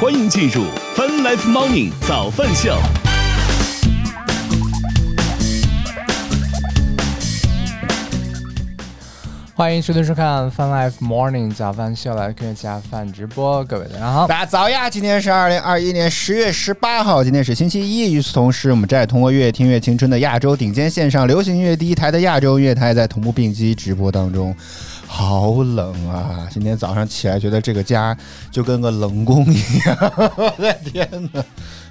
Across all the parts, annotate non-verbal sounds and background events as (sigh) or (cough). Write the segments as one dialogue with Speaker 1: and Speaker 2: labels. Speaker 1: 欢迎进入 Fun Life Morning 早饭秀。
Speaker 2: 欢迎收听收看 Fun Life Morning 早饭秀，来客家饭直播，各位大家好。
Speaker 3: 大家早呀！今天是二零二一年十月十八号，今天是星期一。与此同时，我们正在通过“越听越青春”的亚洲顶尖线上流行音乐第一台的亚洲音乐台，在同步并机直播当中。好冷啊！今天早上起来觉得这个家就跟个冷宫一样， (laughs) 我的天哪！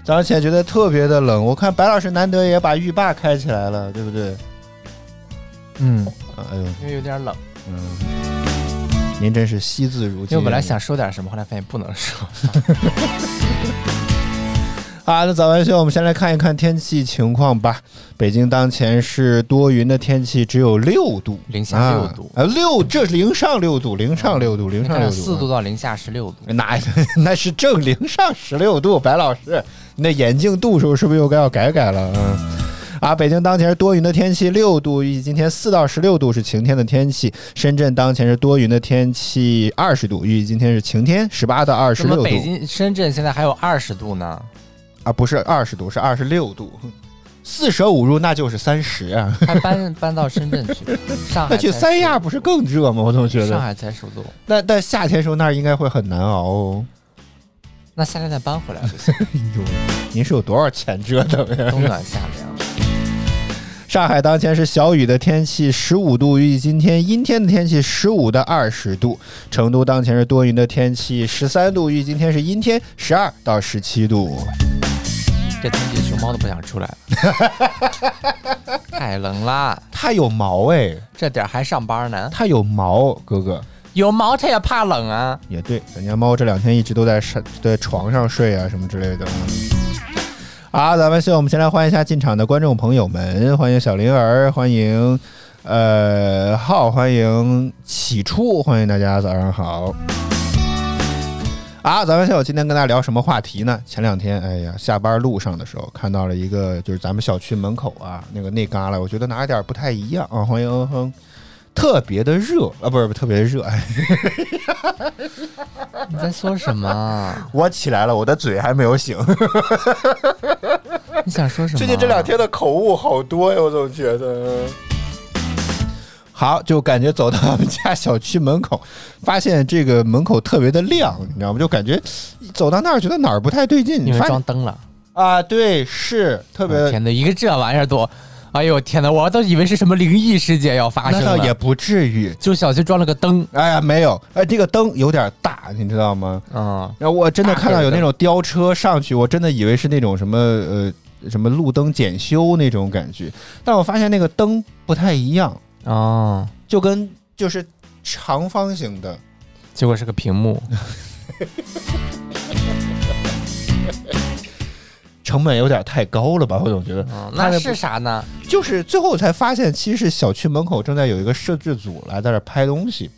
Speaker 3: 早上起来觉得特别的冷。我看白老师难得也把浴霸开起来了，对不对？
Speaker 2: 嗯，
Speaker 3: 啊哎呦，
Speaker 2: 因为有点冷，
Speaker 3: 嗯，您真是惜字如
Speaker 2: 因为
Speaker 3: 金。啊
Speaker 2: 我本来想说点什么，后来发现不能说。
Speaker 3: 好的，早安秀，我们先来看一看天气情况吧。北京当前是多云的天气，只有六度，
Speaker 2: 零下六度
Speaker 3: 啊，啊六这是零上六度，零上六度，零上六
Speaker 2: 看
Speaker 3: 度，
Speaker 2: 四度到零下十六度，
Speaker 3: 哪那 (laughs) 是正零上十六度，白老师，你的眼镜度数是不是又该要改改了？嗯。啊，北京当前是多云的天气，六度，预计今天四到十六度是晴天的天气。深圳当前是多云的天气，二十度，预计今天是晴天，十八到二十
Speaker 2: 什
Speaker 3: 六
Speaker 2: 么
Speaker 3: 度。
Speaker 2: 北京、深圳现在还有二十度呢？
Speaker 3: (laughs) 啊，不是二十度，是二十六度。四舍五入那就是三十啊，
Speaker 2: 还搬搬到深圳去，上海
Speaker 3: (laughs) 那去
Speaker 2: 才
Speaker 3: 三
Speaker 2: 十
Speaker 3: 亚
Speaker 2: 度
Speaker 3: 不是更热吗？我怎么觉
Speaker 2: 上
Speaker 3: 得？
Speaker 2: 海才首都，
Speaker 3: 那但夏天时候那儿应该会很难熬哦。 (laughs)
Speaker 2: 那夏天再搬回来就行，
Speaker 3: 哎呦，您是有多少钱折腾呀？
Speaker 2: 冬暖夏凉。
Speaker 3: (laughs) 上海当前是小雨的天气，十五度，预计今天阴天的天气十五到二十度。成都当前是多云的天气，十三度，预计今天是阴天，十二到十七度。
Speaker 2: 这天气熊猫都不想出来了， (laughs) 太冷啦！
Speaker 3: 它有毛哎，
Speaker 2: 这点儿还上班呢？
Speaker 3: 它有毛，哥哥。
Speaker 2: 有毛它也怕冷啊！
Speaker 3: 也对，咱家猫这两天一直都在上在床上睡啊，什么之类的。好，咱们现在我们先来欢迎一下进场的观众朋友们，欢迎小灵儿，欢迎呃浩，欢迎起初，欢迎大家早上好。啊，咱们现在今天跟大家聊什么话题呢？前两天，哎呀，下班路上的时候看到了一个，就是咱们小区门口啊那个那旮旯，我觉得哪有点不太一样啊。欢迎，欢迎特别的热啊，不是不是特别热，哎，
Speaker 2: 你在说什么？
Speaker 3: 我起来了，我的嘴还没有 (laughs) 醒。
Speaker 2: 你想说什么？
Speaker 3: 最近这两天的口误好多呀，我总觉得。 (laughs) 好，就感觉走到我们家小区门口，发现这个门口特别的亮，你知道吗？就感觉走到那儿觉得哪儿不太对劲，
Speaker 2: 因为
Speaker 3: 发
Speaker 2: 装
Speaker 3: 现
Speaker 2: 灯了。
Speaker 3: 啊，对，是嗯特别
Speaker 2: 我
Speaker 3: 的。
Speaker 2: 天哪，一个这玩意儿都，哎呦天哪，我都以为是什么灵异事件要发生
Speaker 3: 那倒
Speaker 2: 了。
Speaker 3: 也不至于，
Speaker 2: 就小区装了个灯，
Speaker 3: 哎呀，没有，哎，这个灯有点大，你知道吗？
Speaker 2: 嗯，
Speaker 3: 然后我真的看到有
Speaker 2: 大个
Speaker 3: 那种吊车上去，我真的以为是那种什么呃什么路灯检修那种感觉，但我发现那个灯不太一样，
Speaker 2: 哦，
Speaker 3: 就跟就是长方形的，
Speaker 2: 结果是个屏幕，
Speaker 3: 嗯成本有点太高了吧？我总觉得，
Speaker 2: 嗯，
Speaker 3: 它
Speaker 2: 那
Speaker 3: 那
Speaker 2: 是啥呢？
Speaker 3: 就是最后我才发现，其实是小区门口正在有一个摄制组来在这拍东西，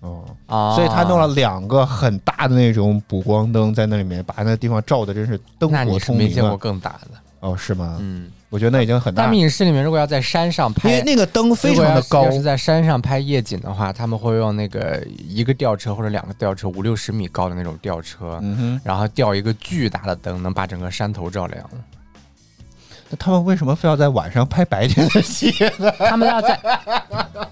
Speaker 3: 哦，
Speaker 2: 啊，
Speaker 3: 所以他弄了，两个很大的那种补光灯在那里面，把那地方照的真是灯
Speaker 2: 那
Speaker 3: 火
Speaker 2: 你是
Speaker 3: 通
Speaker 2: 没见
Speaker 3: 明
Speaker 2: 过
Speaker 3: 啊。
Speaker 2: 更大的，
Speaker 3: 哦，是吗？
Speaker 2: 嗯，
Speaker 3: 我觉得那已经很
Speaker 2: 大
Speaker 3: 大，
Speaker 2: 密影室里面如果要在山上
Speaker 3: 因为
Speaker 2: 拍。
Speaker 3: 那个灯非常的
Speaker 2: 如
Speaker 3: 高
Speaker 2: 果要是要是在山上拍夜景的话，他们会用那个一个吊车或者两个吊车，五六十米高的那种吊车，
Speaker 3: 嗯哼，
Speaker 2: 然后吊一个巨大的灯，能把整个山头照亮。
Speaker 3: 那他们为什么非要在晚上拍白天的戏呢？
Speaker 2: 他们要
Speaker 3: (laughs)
Speaker 2: 在，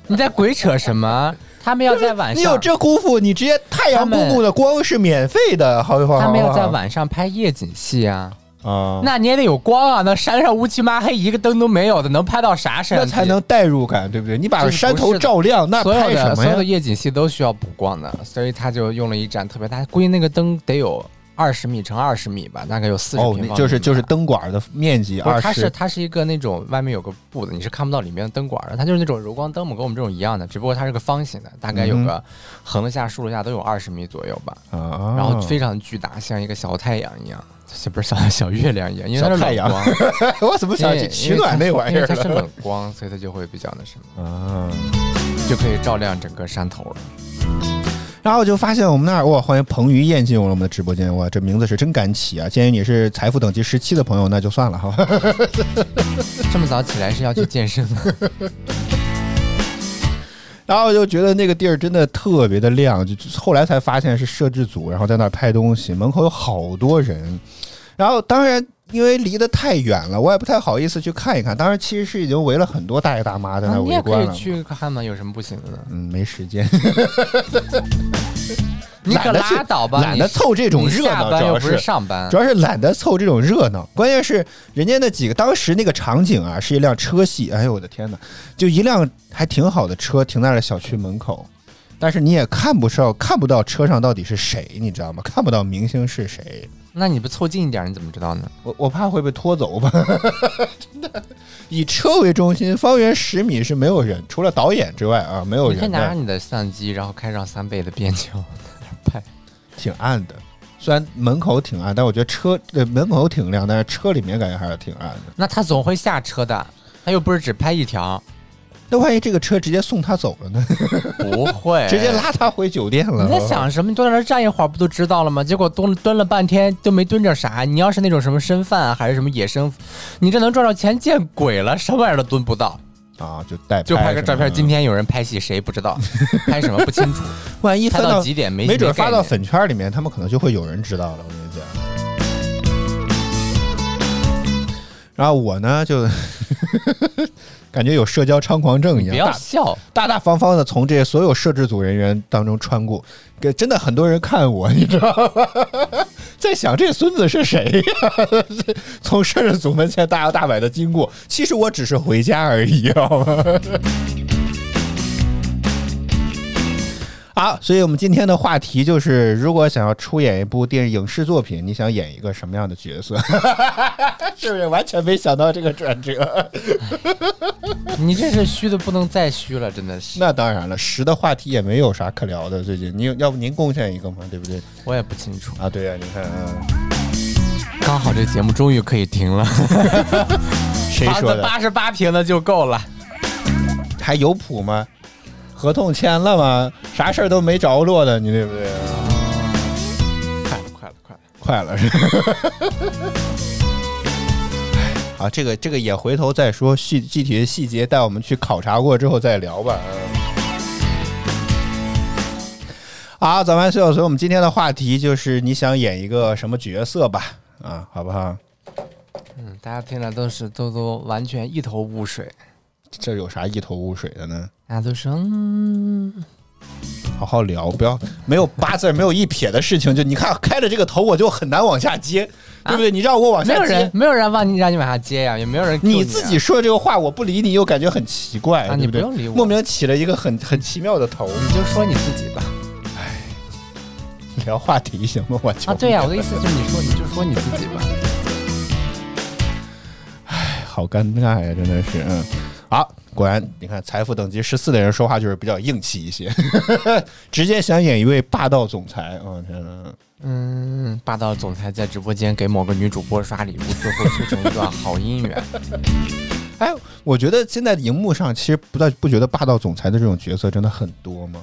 Speaker 2: 你在鬼扯什么？他们要在晚
Speaker 3: 你有
Speaker 2: 上，
Speaker 3: 这功夫，你直接太阳公公的光是免费的，好不好？
Speaker 2: 他们要在晚上拍夜景戏啊。
Speaker 3: 啊，
Speaker 2: 那你也得有光啊！那山上乌漆嘛黑，一个灯都没有的，能拍到啥山？
Speaker 3: 那才能代入感，对不对？你把
Speaker 2: 这是
Speaker 3: 山
Speaker 2: 不
Speaker 3: 头
Speaker 2: 是的
Speaker 3: 照亮，那
Speaker 2: 所有
Speaker 3: 拍
Speaker 2: 的
Speaker 3: 什
Speaker 2: 所
Speaker 3: 么
Speaker 2: 有的
Speaker 3: 呀？
Speaker 2: 夜景戏都需要补光的，所以他就用了一盏特别大，估计那个灯得有二十米乘二十米吧，大概有四十
Speaker 3: 哦
Speaker 2: 平，
Speaker 3: 那
Speaker 2: 方。
Speaker 3: 就是就是。灯管的面积
Speaker 2: 不
Speaker 3: 二
Speaker 2: 是，它是
Speaker 3: 十，
Speaker 2: 它是一个那种外面有个布的，你是看不到里面的灯管的，它就是那种柔光灯嘛，跟我们这种一样的，只不过它是个方形的，大概
Speaker 3: 嗯
Speaker 2: 有个横的下、竖的下都有二十米左右吧。
Speaker 3: 啊
Speaker 2: 然后非常巨大，像一个小太阳一样，是不是小小月亮一样？因为它是
Speaker 3: 小太
Speaker 2: 冷
Speaker 3: 阳 (laughs)
Speaker 2: 光，
Speaker 3: (laughs) 我怎么
Speaker 2: 因
Speaker 3: 想
Speaker 2: 为
Speaker 3: 起取暖那玩意
Speaker 2: 因为
Speaker 3: 儿
Speaker 2: 它是
Speaker 3: 了？
Speaker 2: 冷光，所以它就会比较那什么，
Speaker 3: 啊！
Speaker 2: 就可以照亮整个山头了。
Speaker 3: 然后我就发现我们那儿哇，欢迎彭于晏进入了我们的直播间，哇，这名字是真敢起啊！鉴于你是财富等级十七的朋友，那就算了哈。
Speaker 2: 这么早起来是要去健身吗？
Speaker 3: 然后我就觉得那个地儿真的特别的亮，就就后来才发现是摄制组，然后在那儿拍东西，门口有好多人。然后当然因为离得太远了，我也不太好意思去看一看。当时其实是已经围了很多大爷大妈 (laughs) 在那
Speaker 2: 啊
Speaker 3: 儿
Speaker 2: 你
Speaker 3: 围
Speaker 2: 也可
Speaker 3: 观
Speaker 2: 以
Speaker 3: 了。
Speaker 2: 去看嘛，有什么不行的呢？
Speaker 3: 嗯，没时间， (laughs)
Speaker 2: 你可
Speaker 3: 懒得去
Speaker 2: 拉倒吧，
Speaker 3: 懒
Speaker 2: 你
Speaker 3: 得凑这
Speaker 2: 这
Speaker 3: 种热
Speaker 2: 下
Speaker 3: 闹，
Speaker 2: 班
Speaker 3: 主
Speaker 2: 又
Speaker 3: 要
Speaker 2: 不是上班
Speaker 3: 主。要是懒得凑这种热闹，关键是人家那几个当时那个场景啊，是一辆车系，哎呦我的天哪，就一辆还挺好的车停在了小区门口，但是你也看不上，看不到车上到底是谁，你知道吗？看不到明星是谁，
Speaker 2: 那你不凑近一点，你怎么知道呢？
Speaker 3: 我我怕会被拖走吧，真的。 (laughs) 以车为中心，方圆十米是没有人，除了导演之外啊，没有
Speaker 2: 你可以
Speaker 3: 人
Speaker 2: 拿
Speaker 3: 的
Speaker 2: 着，你的相机，然后开上三倍的变焦在那儿拍。
Speaker 3: 挺暗的。虽然门口挺暗，但我觉得车呃门口挺亮，但是车里面感觉还是挺暗的。
Speaker 2: 那他总会下车的，他又不是只拍一
Speaker 3: (laughs)
Speaker 2: 条，
Speaker 3: 那万一这个车直接送他走了呢？
Speaker 2: 不会
Speaker 3: 直接。拉他回酒店了。
Speaker 2: 你在想什么？你坐在那儿站一会儿不就知道了吗？结果蹲蹲了半天都没蹲着啥。你要是那种什么身犯啊，还是什么野生，你这能赚到钱见鬼了，什么玩意儿都蹲不到。
Speaker 3: 啊？就带
Speaker 2: 就拍个照片，今
Speaker 3: 天
Speaker 2: 天有人拍戏，谁不知 (laughs) 道？拍什么不清楚，
Speaker 3: 万一
Speaker 2: 拍
Speaker 3: 翻
Speaker 2: 到
Speaker 3: 到
Speaker 2: 几点没
Speaker 3: 没准发
Speaker 2: 没概
Speaker 3: 到
Speaker 2: 念
Speaker 3: 粉圈里面，他们可能就会有人知道了。我跟你讲。然后我呢，就 (laughs) 感觉有社交猖狂症一
Speaker 2: 你不
Speaker 3: 样，
Speaker 2: 要
Speaker 3: 大
Speaker 2: 笑，
Speaker 3: 大大方方的从这些所有摄制组人员当中穿过，给真的很多人看我，你知道吗？ (laughs) 在想这孙子是谁呀、 (laughs) 从摄制组门前大摇大摆的经过，其实我只是回家而已，好吗？好，所以我们今天的话题就是，如果想要出演一部电影影视作品，你想演一个什么样的角色？ (laughs) 是不是完全没想到这个转折？
Speaker 2: 你这是虚的不能再虚了，真的是。
Speaker 3: 那当然了，十的话题也没有啥可聊的。最近，您要不您贡献一个嘛，对不对？
Speaker 2: 我也不清楚。
Speaker 3: 啊，对呀、你看，啊，
Speaker 2: 刚好这节目终于可以停了，
Speaker 3: 谁
Speaker 2: 房
Speaker 3: 说
Speaker 2: 子
Speaker 3: 的？
Speaker 2: 八十八平的就够了。
Speaker 3: 还有谱吗？合同签了吗？啥事儿都没着落的，你对不对？
Speaker 2: 快了，快了，快了！
Speaker 3: 快了是吧。 (laughs) 啊，这个这个也回头再说细具体的细节，带我们去考察过之后再聊吧。嗯好，咱们所以我们今天的话题就是你想演一个什么角色吧？啊，好不好？
Speaker 2: 嗯，大家听了都是都都完全一头雾水，
Speaker 3: 这有啥一头雾水的呢？
Speaker 2: 大家都说嗯，
Speaker 3: 好好聊，不要没有八字儿，没有一撇的事情。就你看开了这个头，我就很难往下接，对不对？你让我往
Speaker 2: 啊没有
Speaker 3: 下
Speaker 2: 人
Speaker 3: 接，
Speaker 2: 没有人让你让你往下接呀、也没有人 cue 你啊、
Speaker 3: 你自己说这个话，我不理你又感觉很奇怪，
Speaker 2: 啊
Speaker 3: 对
Speaker 2: 你
Speaker 3: 对？
Speaker 2: 不用理我
Speaker 3: 莫名起了一个很很奇妙的头。
Speaker 2: 你就说你自己吧。
Speaker 3: 聊话题行吗？我就
Speaker 2: 啊，对呀、我的意思就是你说你就说你自己吧。
Speaker 3: 哎好尴尬呀，真的是，嗯，好，果然你看财富等级十四的人说话就是比较硬气一些， (laughs) 直接想演一位霸道总裁，我、天哪！
Speaker 2: (laughs) 嗯，霸道总裁在直播间给某个女主播刷礼物，最后促成一段好姻 (laughs) 缘。
Speaker 3: 哎，我觉得现在荧幕上其实不到不觉得霸道总裁的这种角色真的很多吗？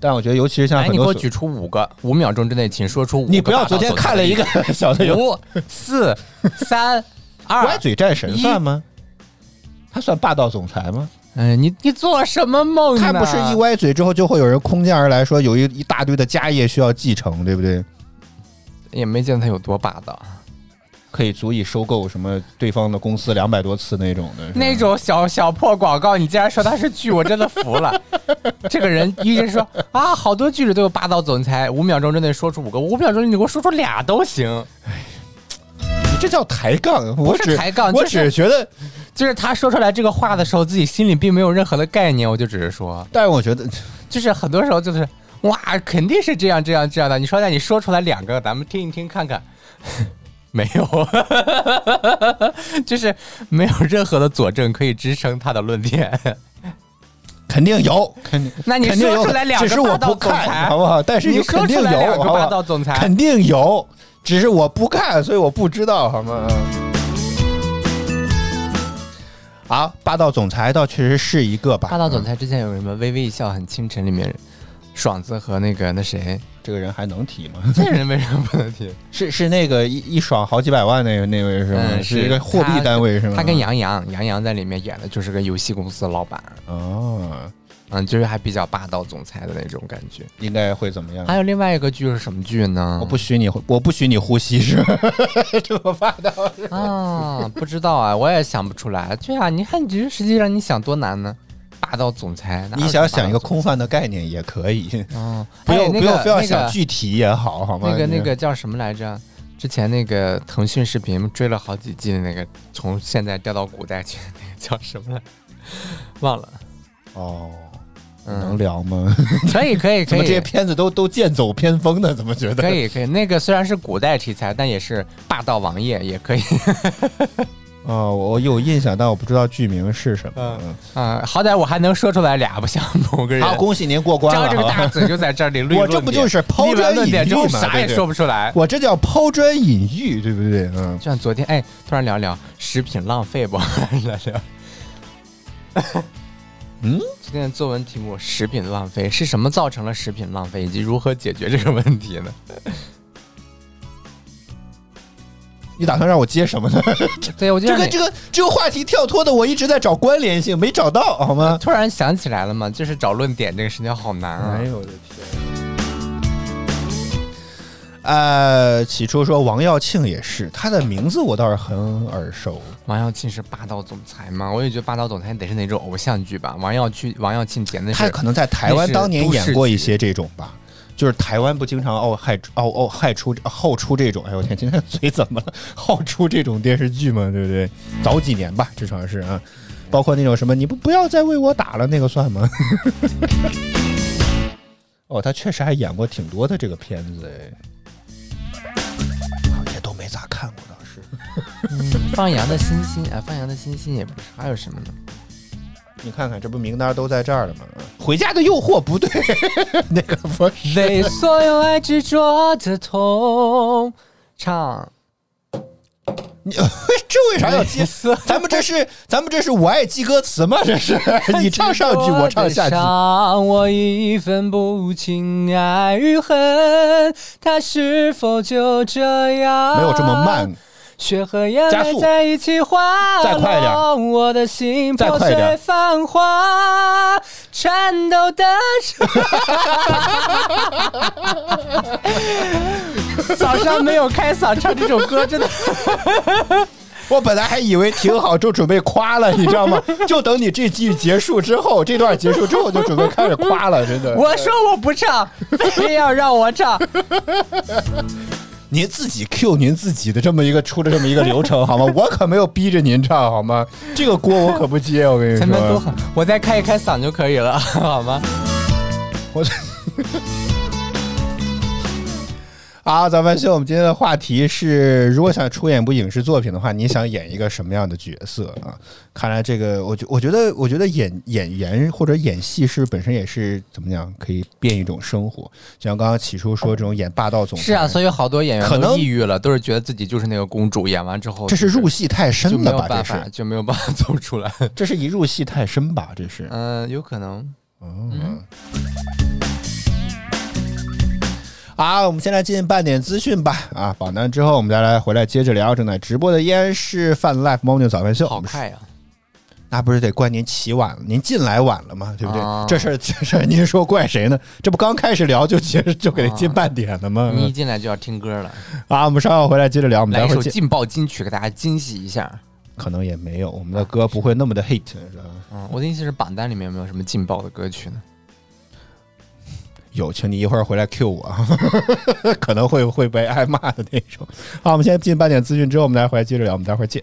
Speaker 3: 但我觉得尤其是像
Speaker 2: 来，哎
Speaker 3: 很
Speaker 2: 你给
Speaker 3: 多
Speaker 2: 我
Speaker 3: 所
Speaker 2: 举出五个，五秒钟之内，请说出五个。
Speaker 3: 你不要昨天看了
Speaker 2: (laughs)
Speaker 3: 一个小的有
Speaker 2: 五 (laughs) 四三
Speaker 3: 歪
Speaker 2: 二。
Speaker 3: 嘴战神
Speaker 2: 一
Speaker 3: 算吗？他算霸道总裁吗？
Speaker 2: 嗯，你你做什么啊梦呢？
Speaker 3: 他不是一歪嘴之后就会有人空降而来说有一一大堆的家业需要继承，对不对？
Speaker 2: 也没见他有多霸道，
Speaker 3: 可以足以收购什么对方的公司两百多次那种的。是吧
Speaker 2: 那种小小破广告，你竟然说他是剧，我真的服了。 (laughs) 这个人一直说啊，好多剧里都有霸道总裁，五秒钟之内说出五个，五秒钟你给我说出俩都行。
Speaker 3: 你这叫抬杠，我
Speaker 2: 是
Speaker 3: 只
Speaker 2: 抬杠
Speaker 3: 我
Speaker 2: 就是
Speaker 3: 只觉得，
Speaker 2: 就是他说出来这个话的时候，自己心里并没有任何的概念，我就只是说，
Speaker 3: 但是我觉得
Speaker 2: 就是很多时候就是哇，肯定是这样这样这样的。你说那你说出来两个，咱们听一听看看。 (laughs) 没有， (laughs) 就是没有任何的佐证可以支撑他的论点。
Speaker 3: 肯定有，肯定
Speaker 2: 那你
Speaker 3: 肯定有
Speaker 2: 说出来两
Speaker 3: 只
Speaker 2: 个
Speaker 3: 是
Speaker 2: 霸
Speaker 3: 我
Speaker 2: 道
Speaker 3: 不
Speaker 2: 总
Speaker 3: 看，
Speaker 2: 裁，
Speaker 3: 好不好？但是
Speaker 2: 你
Speaker 3: 有
Speaker 2: 说
Speaker 3: 肯
Speaker 2: 出
Speaker 3: 定
Speaker 2: 来两
Speaker 3: 有，啊
Speaker 2: 个
Speaker 3: 好不
Speaker 2: 霸
Speaker 3: 好
Speaker 2: 道？总裁，
Speaker 3: 肯定有，只是我不看，所以我不知道，好吗？啊，霸道总裁倒确实是一个吧。
Speaker 2: 霸道总
Speaker 3: 嗯
Speaker 2: 裁之前有什么《微微一笑很倾城》里面，爽子和那个那谁，
Speaker 3: 这个人还能提吗？
Speaker 2: (laughs)
Speaker 3: (laughs)
Speaker 2: 这 (laughs) 人为什么不能提？
Speaker 3: 是是那个一一爽好几百万那个那位是吗？
Speaker 2: 嗯
Speaker 3: 是一
Speaker 2: 是
Speaker 3: 个货币
Speaker 2: 他
Speaker 3: 单位是吗？
Speaker 2: 他跟杨洋，杨洋在里面演的就是个游戏公司的老板。
Speaker 3: 哦，
Speaker 2: 嗯，就是还比较霸道总裁的那种感觉。
Speaker 3: 应该会怎么样？
Speaker 2: 还有另外一个剧是什么剧呢？
Speaker 3: 嗯哦我不许你，我不许你呼吸，是吧 (laughs) 这么霸
Speaker 2: (laughs)
Speaker 3: 道。
Speaker 2: 啊，不知道啊，我也想不出来。对啊，你看，你这实际上你想多难呢？霸道总裁，哪有
Speaker 3: 你想
Speaker 2: 什么霸道
Speaker 3: 想一个
Speaker 2: 总
Speaker 3: 空泛的概念也可以，
Speaker 2: 裁，嗯，
Speaker 3: 不用
Speaker 2: 哎那
Speaker 3: 不用
Speaker 2: 个
Speaker 3: 非要
Speaker 2: 那
Speaker 3: 想
Speaker 2: 个
Speaker 3: 具体也好，好吗？
Speaker 2: 那个
Speaker 3: 你
Speaker 2: 那个叫什么来着？之前那个腾讯视频追了好几季的那个，从现在调到古代去，那个叫什么来？忘了。
Speaker 3: 哦，能
Speaker 2: 嗯，
Speaker 3: 聊吗？
Speaker 2: 可以可以可
Speaker 3: 怎么这些
Speaker 2: 以
Speaker 3: 片子都都剑走偏锋呢？怎么觉得？
Speaker 2: 可以可以，那个虽然是古代题材，但也是霸道王爷，也可以。 (laughs)
Speaker 3: 哦，我有印象，但我不知道剧名是什么。嗯
Speaker 2: 啊，好歹我还能说出来俩，不像某个人。
Speaker 3: 好，恭喜您过关
Speaker 2: 张
Speaker 3: 了。
Speaker 2: 这个
Speaker 3: (laughs)
Speaker 2: 大嘴就在这里捋
Speaker 3: 我这不就是抛
Speaker 2: 立
Speaker 3: 砖
Speaker 2: 完
Speaker 3: 引
Speaker 2: 论点
Speaker 3: 玉
Speaker 2: 之后
Speaker 3: 嘛
Speaker 2: 啥也
Speaker 3: 对对
Speaker 2: 说不出来。
Speaker 3: 我这叫抛砖引玉，对不对？嗯，
Speaker 2: 就像昨天，哎，突然聊聊食品浪费不？ (laughs) 聊聊，
Speaker 3: 嗯，
Speaker 2: 今天的作文题目“食品浪费”是什么造成了食品浪费，以及如何解决这个问题呢？
Speaker 3: 你打算让我接什么 (laughs) 呢？
Speaker 2: (laughs) 对，我就
Speaker 3: 这
Speaker 2: 让
Speaker 3: 个
Speaker 2: 你
Speaker 3: 这个这个话题跳脱的，我一直在找关联性，没找 (laughs) 到，好吗？
Speaker 2: 突然想起来了嘛，就是找论点这个事情好难啊。
Speaker 3: 哎呦我的天！呃，起初说王耀庆也是，他的名字我倒是很耳熟。
Speaker 2: 王耀庆是霸道总裁嘛？我也觉得霸道总裁得是那种偶像剧吧。王耀庆，王耀庆简直
Speaker 3: 他
Speaker 2: 是
Speaker 3: 可能在台湾当年演过一些这种吧，就是台湾不经常哦害哦哦害出后出这种，哎呦我天，今天嘴怎么了？后出这种电视剧嘛，对不对？早几年吧，至少是啊，包括那种什么你不不要再为我打了那个算吗？ (laughs) 哦，他确实还演过挺多的这个片子哎，好像也都没咋看过倒是。
Speaker 2: 放羊的星星啊，放羊的星星也不是，还有什么呢？
Speaker 3: 你看看，这不名单都在这儿了吗？啊回家的诱惑不对， (laughs) 那个不
Speaker 2: (laughs)
Speaker 3: 是。(laughs)
Speaker 2: 为所有爱执着的痛，唱
Speaker 3: 你这为啥
Speaker 2: (laughs)
Speaker 3: 要接？ (laughs) 咱们这是咱们这是我爱记歌词吗？
Speaker 2: (laughs)
Speaker 3: 这是你唱上句，我唱下句。
Speaker 2: 伤我一分不清爱与恨，它是否就这样？
Speaker 3: 没有这么慢，，
Speaker 2: 血和眼
Speaker 3: 加
Speaker 2: 泪
Speaker 3: 速
Speaker 2: 在一起滑落，
Speaker 3: 再快点儿
Speaker 2: 我的心
Speaker 3: 再
Speaker 2: 破
Speaker 3: 快点儿
Speaker 2: 碎繁华，颤抖的
Speaker 3: (laughs)
Speaker 2: 手。早上没有开嗓唱这首歌，真的。
Speaker 3: 我本来还以为挺好，就准备夸了，你知道吗？ (laughs) 就等你这句结束之后，这段结束之后，就准备开始夸了，真的。
Speaker 2: 我说我不唱，非要让我唱。
Speaker 3: (laughs) 您自己 Q 您自己的这么一个出了这么一个流程好吗？我可没有逼着您唱好吗？这个锅我可不接，我跟你
Speaker 2: 前面都
Speaker 3: 说。
Speaker 2: 很，我再开一开嗓就可以了，好吗？
Speaker 3: 我。 (laughs) 啊，咱们秀，我们今天的话题是，如果想出演一部影视作品的话，你想演一个什么样的角色啊？看来这个，我觉我觉得，我觉得演演员或者演戏是本身也是怎么讲，可以变一种生活。就像刚刚起初说，这种演霸道总裁，
Speaker 2: 是啊，所以好多演员
Speaker 3: 嗯可能
Speaker 2: 都抑郁了，都是觉得自己就是那个公主，演完之后
Speaker 3: 这是
Speaker 2: 就是
Speaker 3: 入戏太
Speaker 2: 就
Speaker 3: 深
Speaker 2: 没
Speaker 3: 了
Speaker 2: 有
Speaker 3: 吧？
Speaker 2: 办
Speaker 3: 这
Speaker 2: 法，
Speaker 3: 是，
Speaker 2: 就没有办法走出
Speaker 3: (laughs)
Speaker 2: 来。
Speaker 3: 这是一入戏太深吧？这是，
Speaker 2: 嗯，有可能。
Speaker 3: 嗯。啊，我们先来进半点资讯吧。啊，榜单之后我们再来回来接着聊。正在直播的依然是泛 Life Morning 早饭秀。
Speaker 2: 好快啊呀、
Speaker 3: 那不是得怪您起晚了，您进来晚了吗？对不对？
Speaker 2: 啊
Speaker 3: 这事儿这事儿您说怪谁呢？这不刚开始聊就结就给进半点了
Speaker 2: 啊
Speaker 3: 吗？
Speaker 2: 你一进来就要听歌了，
Speaker 3: 啊，我们稍后回来接着聊。我们
Speaker 2: 来
Speaker 3: 嗯待
Speaker 2: 一
Speaker 3: 会儿
Speaker 2: 首
Speaker 3: 见，
Speaker 2: 劲爆金曲给大家惊喜一下。
Speaker 3: 可能也没有，我们的歌不会那么的 hit。是吧
Speaker 2: 嗯，我的意思是榜单里面有没有什么劲爆的歌曲呢？
Speaker 3: 有，请你一会儿回来 Q 我， (laughs) 可能会会被挨骂的那种。好，我们先进半点资讯之后，我们待会儿接着聊，我们待会儿见。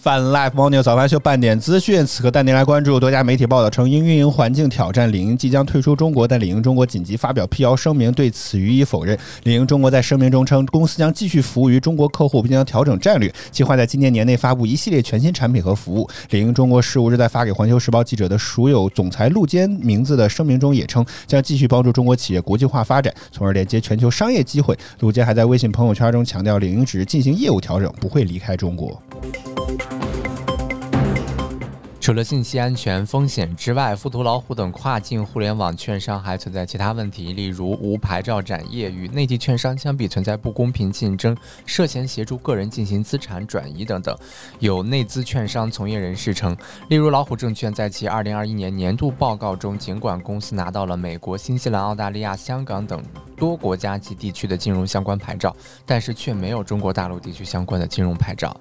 Speaker 3: 泛 Live Morning 早饭秀半点资讯，此刻带您来关注。多家媒体报道称，因运营环境挑战，李宁即将退出中国，但李宁中国紧急发表辟谣声明，对此予以否认。李宁中国在声明中称，公司将继续服务于中国客户，并将调整战略，计划在今年年内发布一系列全新产品和服务。李宁中国十五日在发给《环球时报》记者的署有总裁陆坚名字的声明中也称，将继续帮助中国企业国际化发展，从而连接全球商业机会。陆坚还在微信朋友圈中强调，李宁只是进行业务调整，不会离开中国。
Speaker 2: 除了信息安全风险之外，富途老虎等跨境互联网券商还存在其他问题，例如无牌照展业与内地券商相比存在不公平竞争，涉嫌协助个人进行资产转移等等。有内资券商从业人士称，例如老虎证券在其2021年年度报告中，尽管公司拿到了美国、新西兰、澳大利亚、香港等多国家及地区的金融相关牌照，但是却没有中国大陆地区相关的金融牌照。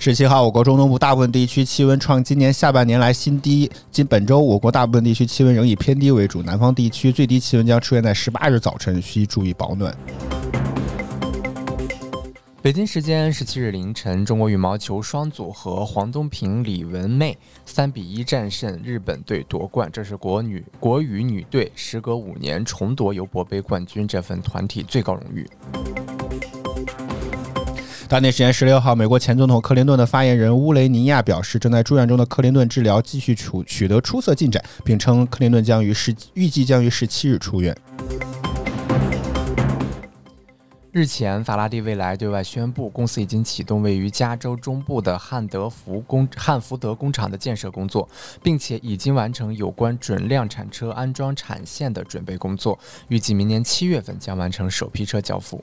Speaker 3: 十七号，我国中东部大部分地区气温创今年下半年来新低。今本周，我国大部分地区气温仍以偏低为主，南方地区最低气温将出现在十八日早晨，需注意保暖。
Speaker 2: 北京时间十七日凌晨，中国羽毛球双组合黄东萍、李雯妹三比一战胜日本队夺冠，这是国女国羽女队时隔五年重夺尤伯杯冠军这份团体最高荣誉。
Speaker 3: 当地时间十六号，美国前总统克林顿的发言人乌雷尼亚表示，正在住院中的克林顿治疗继续取取得出色进展，并称克林顿将于十预计将于十七日出院。
Speaker 2: 日前，法拉第未来对外宣布，公司已经启动位于加州中部的汉德福工汉福德工厂的建设工作，并且已经完成有关准量产车安装产线的准备工作，预计明年七月份将完成首批车交付。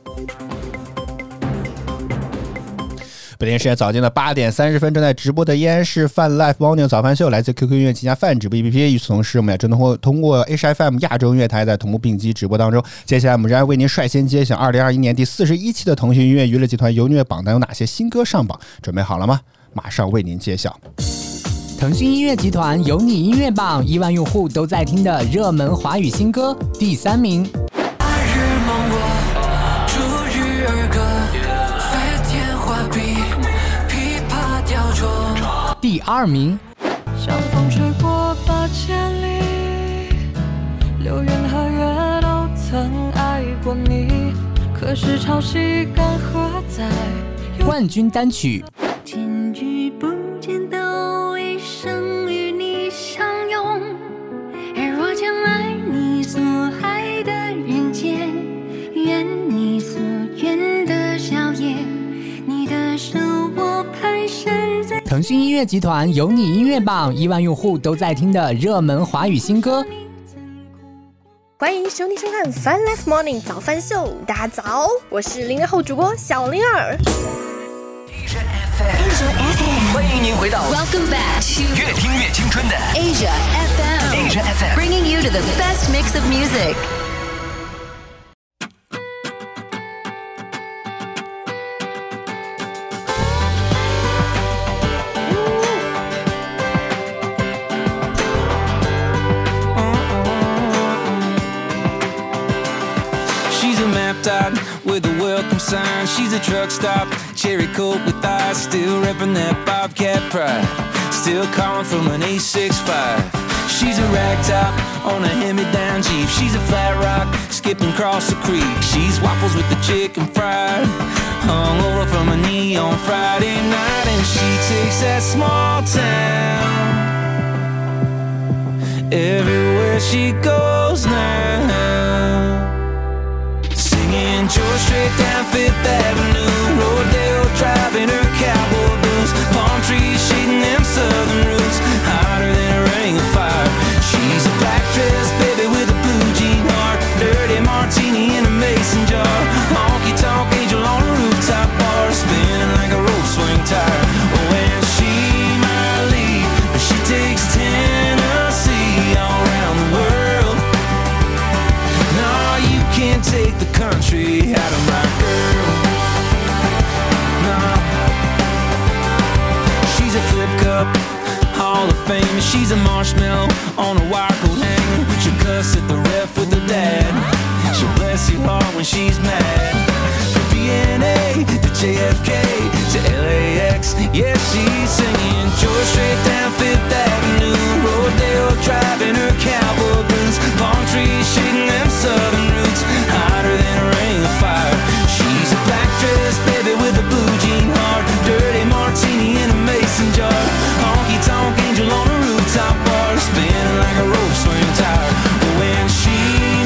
Speaker 3: 北京时间早间的八点三十分，正在直播的依然是泛 Live Morning 早饭秀，来自 QQ 音乐旗下泛直播 APP。与此同时，我们也正通过通过 HFM 亚洲音乐台在同步并机直播当中。接下来，我们仍然为您率先揭晓二零二一年第四十一期的腾讯音乐娱乐集团游虐榜单有哪些新歌上榜，准备好了吗？马上为您揭晓。
Speaker 4: 腾讯音乐集团有你音乐榜，亿万用户都在听的热门华语新歌，第三名。
Speaker 5: 夏日梦我，逐日而歌，飞天画笔，琵琶雕琢。
Speaker 4: 第二名，
Speaker 5: 像风吹过八千里，流云和月都曾爱过你。可是潮汐干涸在
Speaker 4: 冠军单曲
Speaker 5: 千句不见都一生与你相拥，而我将爱你所爱的人间，愿你所愿的笑颜，你的手我蹒跚在。
Speaker 4: 腾讯音乐集团有你音乐榜，亿万用户都在听的热门华语新歌。
Speaker 6: 欢迎收听收看《Fun Life Morning 早饭秀》，大家早，我是零零后主播小灵儿。
Speaker 7: 欢迎您回到
Speaker 8: Welcome back to
Speaker 7: 越听越青春的
Speaker 8: Asia FM,
Speaker 7: Asia FM。
Speaker 8: bringing you to the best mix of music.
Speaker 9: She's a map dot with a welcome sign. She's a truck stop, cherry coat with eyes, still reppin' that Bobcat pride. Still calling from an 865. She's a rag top on a hand-me-down Jeep. She's a flat rock skipping across the creek. She's waffles with the chicken fried, hung over from a knee on Friday night, and she takes that small town everywhere she goes now. Singing George straight down Fifth Avenue, Rodeo driving her cowboy boots, palm trees shading them southern roots, hotter than a ring of fire. She's a black dress baby with a blue jean heart, dirty martini in a mason jar, honky tonk angel on a rooftop bar, spinning like a rope swing tire. Oh, and she might leave, but she takes Tennessee all around the world. No, you can't take the country out of my girl. No. She's a flip cup, Hall of Fame. She's a marshmallow on a wire coat hanger. She'll cuss at the ref with her dad. She'll bless your heart when she's mad. From DNA to JFK to LAX, yeah, she's singing George straight down Fifth Avenue. Rodeo driving her cowboy boots, palm trees shading them southern roots, hotter than a ring of fire. She's a black dress baby with a blue jean heart, dirty martini in a mason jar, honky tonk angel on a rooftop bar, spinning like a rope swing tire. But when she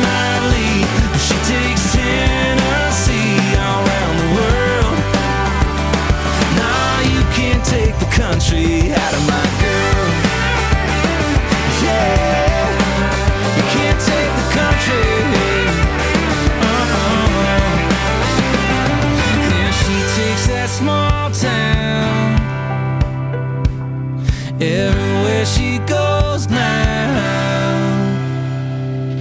Speaker 9: might leave, she takes Tennessee all around the world. Nah, you can't take the country Uh-uh. it goes now.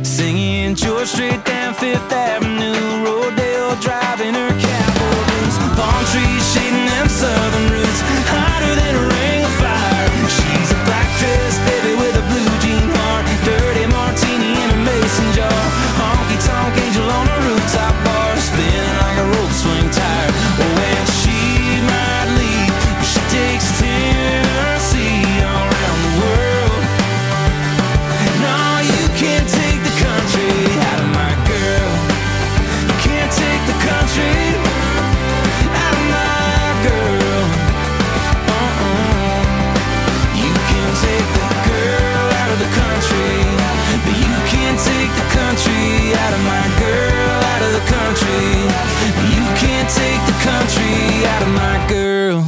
Speaker 9: Singing George Strait down Fifth Avenue, Rodale driving her cowboy boots. Palm trees shading them southern roots, hotter than a ring of fire. She's a black dress baby with a blue jean heart, dirty martini in a mason jar. Honky tonk angel on a rooftop bar, spinning like a rope swing tire. Oh, and she might leave, but she takes Tennessee all around the world. No, you can't take the country out of my girl. You can't take the country out of my girl. Uh-uh. You can take the girl out of the country, but you can't take the country out of my girl, out of the country. But you can't take the country out of my girl.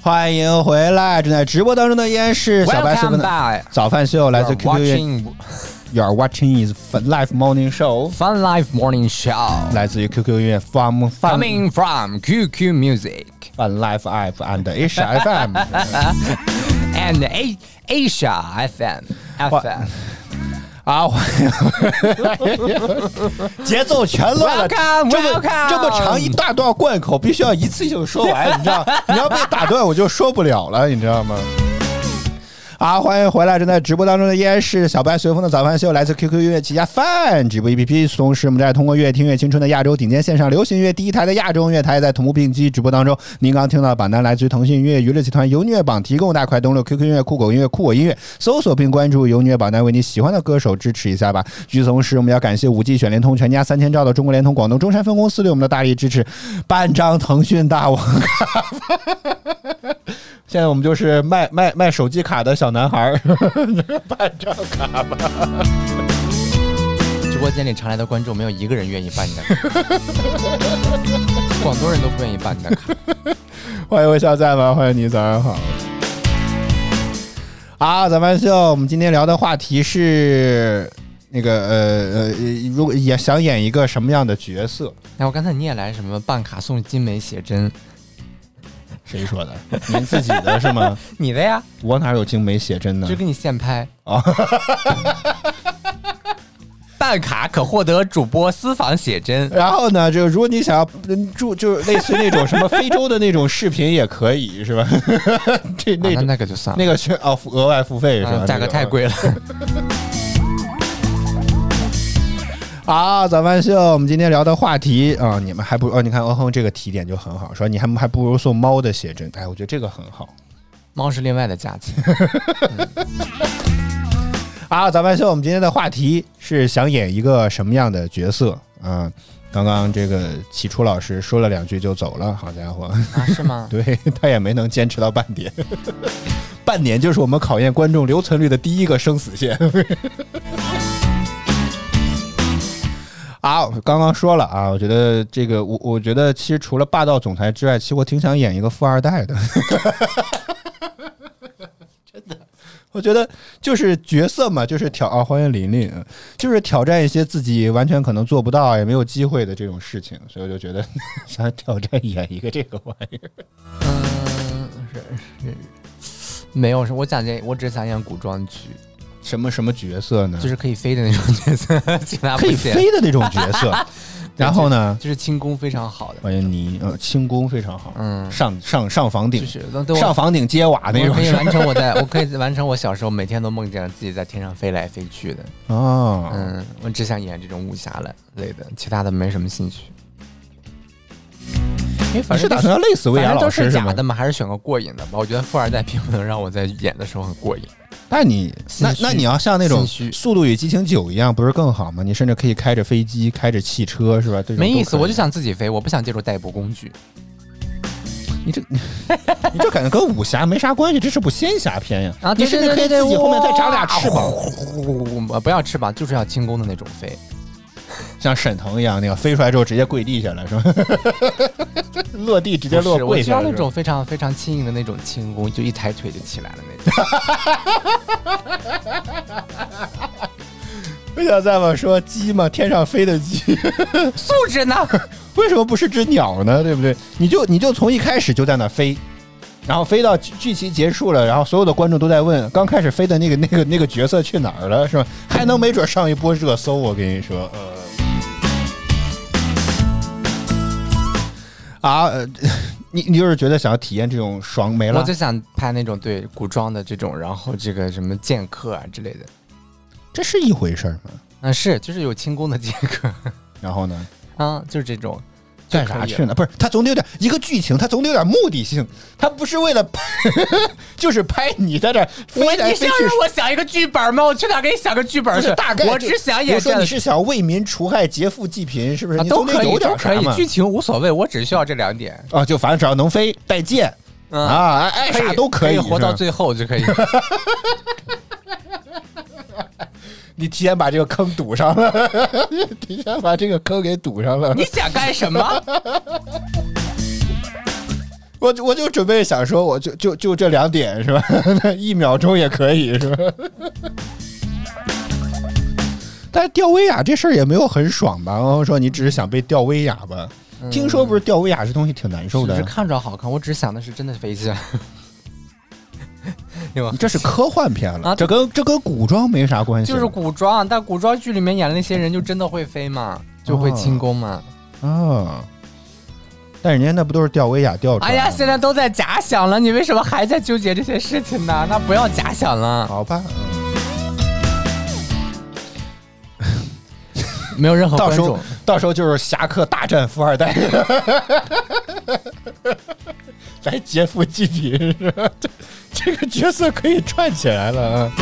Speaker 3: 欢迎回来，正在直播当中的依然是小白
Speaker 2: Welcome
Speaker 3: 所跟
Speaker 2: back
Speaker 3: 早饭秀，来自
Speaker 2: You're
Speaker 4: 呃
Speaker 3: QQ 乐。
Speaker 2: watching
Speaker 3: You are watching is Fun live morning show，
Speaker 2: Fun Life Morning Show
Speaker 3: 来自于 QQ 音乐 Fun Fun
Speaker 2: coming from QQ Music
Speaker 3: Fun Life App and Asia FM。
Speaker 2: and A Asia FM FM。
Speaker 3: 啊，我 (laughs) 节奏全乱了，
Speaker 2: Welcome,
Speaker 3: 这么
Speaker 2: welcome
Speaker 3: 这么长一大段贯口，必须要一次性说完，你知道？你要被打断，我就说不了了，你知道吗？啊，欢迎回来！正在直播当中的依然是小白随风的早饭秀，来自 QQ 音乐旗下 Fun 直播 APP。同时，我们在通过越听越青春的亚洲顶尖线上流行音乐第一台的亚洲音乐台，在同步并机直播当中。您刚听到的榜单来自于腾讯音乐娱乐集团由音乐榜提供，大家快登录 QQ 音乐、酷狗音乐、酷我音乐，搜索并关注由音乐榜单，为你喜欢的歌手支持一下吧。与此同时，我们要感谢五 G 选联通全家三千兆的中国联通广东中山分公司对我们的大力支持，半张腾讯大王。 (laughs) 现在我们就是卖卖卖手机卡的小男孩儿，办张卡吧。
Speaker 2: 直播间里常来的观众没有一个人愿意办你的卡，
Speaker 4: (laughs)
Speaker 2: 广东人都不愿意办你的卡。
Speaker 3: 欢迎微笑在吗？欢迎你，早上好。好，咱们秀，我们今天聊的话题是那个呃呃，如果也想演一个什么样的角色？
Speaker 2: 哎，我刚才你也来什么办卡送金梅写真，
Speaker 3: 谁
Speaker 2: (laughs)
Speaker 3: 说的？您自己的是吗？
Speaker 2: 你的呀，
Speaker 3: 我哪有精美写真呢
Speaker 2: 就？给你现拍
Speaker 3: 嗯哦。
Speaker 2: (laughs) 办卡可获得主播私房写真，啊
Speaker 3: 然后呢，就如果你想要嗯住，就是类似于那种什么非洲的那种视频也可以，是吧？ (laughs) 这那
Speaker 2: 啊那
Speaker 3: 种
Speaker 2: 那个就算了，
Speaker 3: 那个是哦，付额外付费是吧？
Speaker 2: 啊价格
Speaker 3: 那个
Speaker 2: 太
Speaker 3: (laughs)
Speaker 2: 贵了。
Speaker 3: 好，早饭秀，我们今天聊的话题啊、你们还不哦？你看欧亨这个提点就很好，说你还还不如送猫的写真，哎，我觉得这个很好。
Speaker 2: 猫是另外的价钱，
Speaker 3: 好，早饭秀，啊我们今天的话题是想演一个什么样的角色啊？刚刚这个起初老师说了两句就走了，好家伙，
Speaker 2: 啊是吗？
Speaker 3: 对他也没能坚持到半年， (laughs) 半年就是我们考验观众留存率的第一个生死线。 (laughs) 啊，刚刚说了啊，我觉得这个我我觉得其实除了霸道总裁之外，其实我挺想演一个富二代的，真的。我觉得就是角色嘛，就是挑啊，欢迎琳琳，嗯就是挑战一些自己完全可能做不到也没有机会的这种事情，所以我就觉得 (laughs) 想挑战演一个这个玩意儿。
Speaker 2: (laughs) 嗯，是是，没有，是我想演，我只想演古装剧，
Speaker 3: 什么什么角色呢？
Speaker 2: 就是可以飞的那种角
Speaker 3: (laughs)
Speaker 2: 色，其他
Speaker 3: 可
Speaker 2: 不
Speaker 3: 以
Speaker 2: 行。
Speaker 3: 飞的那种角
Speaker 2: (laughs)
Speaker 3: 色。 (laughs) 然后呢，
Speaker 2: 就是轻功非常好的，
Speaker 3: 欢迎你，呃，轻功非常好，
Speaker 2: 嗯
Speaker 3: 上上上房顶，
Speaker 2: 就是等等我
Speaker 3: 上房顶接瓦那
Speaker 2: 我
Speaker 3: 种
Speaker 2: 可以
Speaker 3: 是吧
Speaker 2: 完成我在，我可以完成我小时候每天都梦见自己在天上飞来飞去的。
Speaker 3: 哦，
Speaker 2: 嗯，我只想演这种武侠了类的，其他的没什么兴趣。因为
Speaker 3: 你
Speaker 2: 哎反
Speaker 3: 是
Speaker 2: 正
Speaker 3: 打
Speaker 2: 都
Speaker 3: 算要累死魏
Speaker 2: 反
Speaker 3: 雅
Speaker 2: 正
Speaker 3: 老
Speaker 2: 都
Speaker 3: 师
Speaker 2: 是
Speaker 3: 是
Speaker 2: 假
Speaker 3: 吗
Speaker 2: 的？嘛，还是选个过瘾的吧。我觉得富二代并不能让我在演的时候很过瘾。
Speaker 3: 但你
Speaker 2: 心
Speaker 3: 那
Speaker 2: 虚
Speaker 3: 那你要像那种
Speaker 2: 心
Speaker 3: 《
Speaker 2: 虚
Speaker 3: 速度与激情九》一样，不是更好吗？你甚至可以开着飞机，开着汽车，是吧？这种
Speaker 2: 没意
Speaker 3: 都
Speaker 2: 思，
Speaker 3: 可以
Speaker 2: 我就想自己飞，我不想借助代步工具。
Speaker 3: 你这你这感觉跟武侠没啥关系，这是部仙侠片呀！
Speaker 2: 啊，
Speaker 3: 你
Speaker 2: 对
Speaker 3: 甚
Speaker 2: 对
Speaker 3: 至
Speaker 2: 对
Speaker 3: 可以
Speaker 2: 对对，
Speaker 3: 自己后面再长俩翅膀，
Speaker 2: 膀，不要翅膀，就是要轻功的那种飞。
Speaker 3: 像沈腾一样，那个飞出来之后直接跪地下了，是吧？ (laughs) 落地直接落
Speaker 2: 不是我
Speaker 3: 跪
Speaker 2: 需
Speaker 3: 下
Speaker 2: 要
Speaker 3: 了，
Speaker 2: 那
Speaker 3: 是吧
Speaker 2: 种非常非常轻盈的那种轻功，就一抬腿就起来了那种。
Speaker 3: 不想再往说鸡嘛，天上飞的鸡， (laughs)
Speaker 2: 素质呢？
Speaker 3: 为什么不是只鸟呢？对不对？你就你就从一开始就在那飞，然后飞到剧剧集结束了，然后所有的观众都在问，刚开始飞的那个那个那个角色去哪儿了，是吧？还能没准上一波热搜，我跟你说，呃，啊，呃 (laughs) 你你就是觉得想要体验这种爽没
Speaker 2: 我
Speaker 3: 了
Speaker 2: 就，想拍那种对古装的这种，然后这个什么剑客啊之类的。
Speaker 3: 这是一回事儿吗？
Speaker 2: 嗯，是，就是有轻功的剑客 (laughs)
Speaker 3: 然后呢，
Speaker 2: 啊，就是这种。
Speaker 3: 干啥去呢？不是，他总得有点一个剧情，他总得有点目的性，他不是为了拍， (laughs) 就是拍你在这儿
Speaker 2: 我
Speaker 3: 飞来
Speaker 2: 你是
Speaker 3: 飞
Speaker 2: 要
Speaker 3: 去
Speaker 2: 让我想一个剧本吗？我去哪给你想个剧本
Speaker 3: 不
Speaker 2: 去
Speaker 3: 是？大概就，
Speaker 2: 我只想
Speaker 3: 比如
Speaker 2: 演这
Speaker 3: 说
Speaker 2: 样
Speaker 3: 你
Speaker 2: 的
Speaker 3: 是想为民除害、劫富济贫，是不是？
Speaker 2: 啊，
Speaker 3: 你
Speaker 2: 都
Speaker 3: 总
Speaker 2: 可
Speaker 3: 得
Speaker 2: 以，
Speaker 3: 有
Speaker 2: 都
Speaker 3: 点
Speaker 2: 可
Speaker 3: 啥
Speaker 2: 以，
Speaker 3: 嘛
Speaker 2: 剧。情无所谓，我只需要这两点。
Speaker 3: 啊，就反正只要能飞带剑
Speaker 2: 嗯
Speaker 3: (laughs) 啊，哎哎
Speaker 2: 可以
Speaker 3: 啥都
Speaker 2: 可
Speaker 3: 以，
Speaker 2: 活
Speaker 3: 是
Speaker 2: 到
Speaker 3: 吧
Speaker 2: 最后就可
Speaker 3: (laughs)
Speaker 2: 以。
Speaker 3: 你提前把这个坑堵上了， (laughs) 提前把这个坑给堵上了
Speaker 2: 你。想干什么？
Speaker 3: 我就我就准备想说，我就就就这两点是吧？ (laughs) 一秒钟也可以是吧？ (laughs) 但是吊威亚这事儿也没有很爽吧？然后说你只是想被吊威亚吧？听说不是吊威亚这东西挺难受
Speaker 2: 只嗯
Speaker 3: 的
Speaker 2: 是，看着好看，我只想的是真的飞
Speaker 3: (laughs)
Speaker 2: 机。对吧
Speaker 3: 你？这是科幻片了，
Speaker 2: 啊
Speaker 3: 这跟这跟古装没啥关系，
Speaker 2: 就是古装，但古装剧里面演的那些人就真的会飞嘛，就
Speaker 3: 哦
Speaker 2: 会轻功嘛。
Speaker 3: 啊。但人家那不都是吊威亚吊出来
Speaker 2: 哎
Speaker 3: 的吗
Speaker 2: 呀，现在都在假想了，你为什么还在纠结这些事情呢？那不要假想了，
Speaker 3: 好吧，嗯
Speaker 2: 没有任何
Speaker 3: 到
Speaker 2: 哦观
Speaker 3: 时候
Speaker 2: 众。
Speaker 3: 到时候就是侠客大战富二代， (laughs) 来劫富济贫，是吧 (laughs) 这这个角色可以串起来了啊。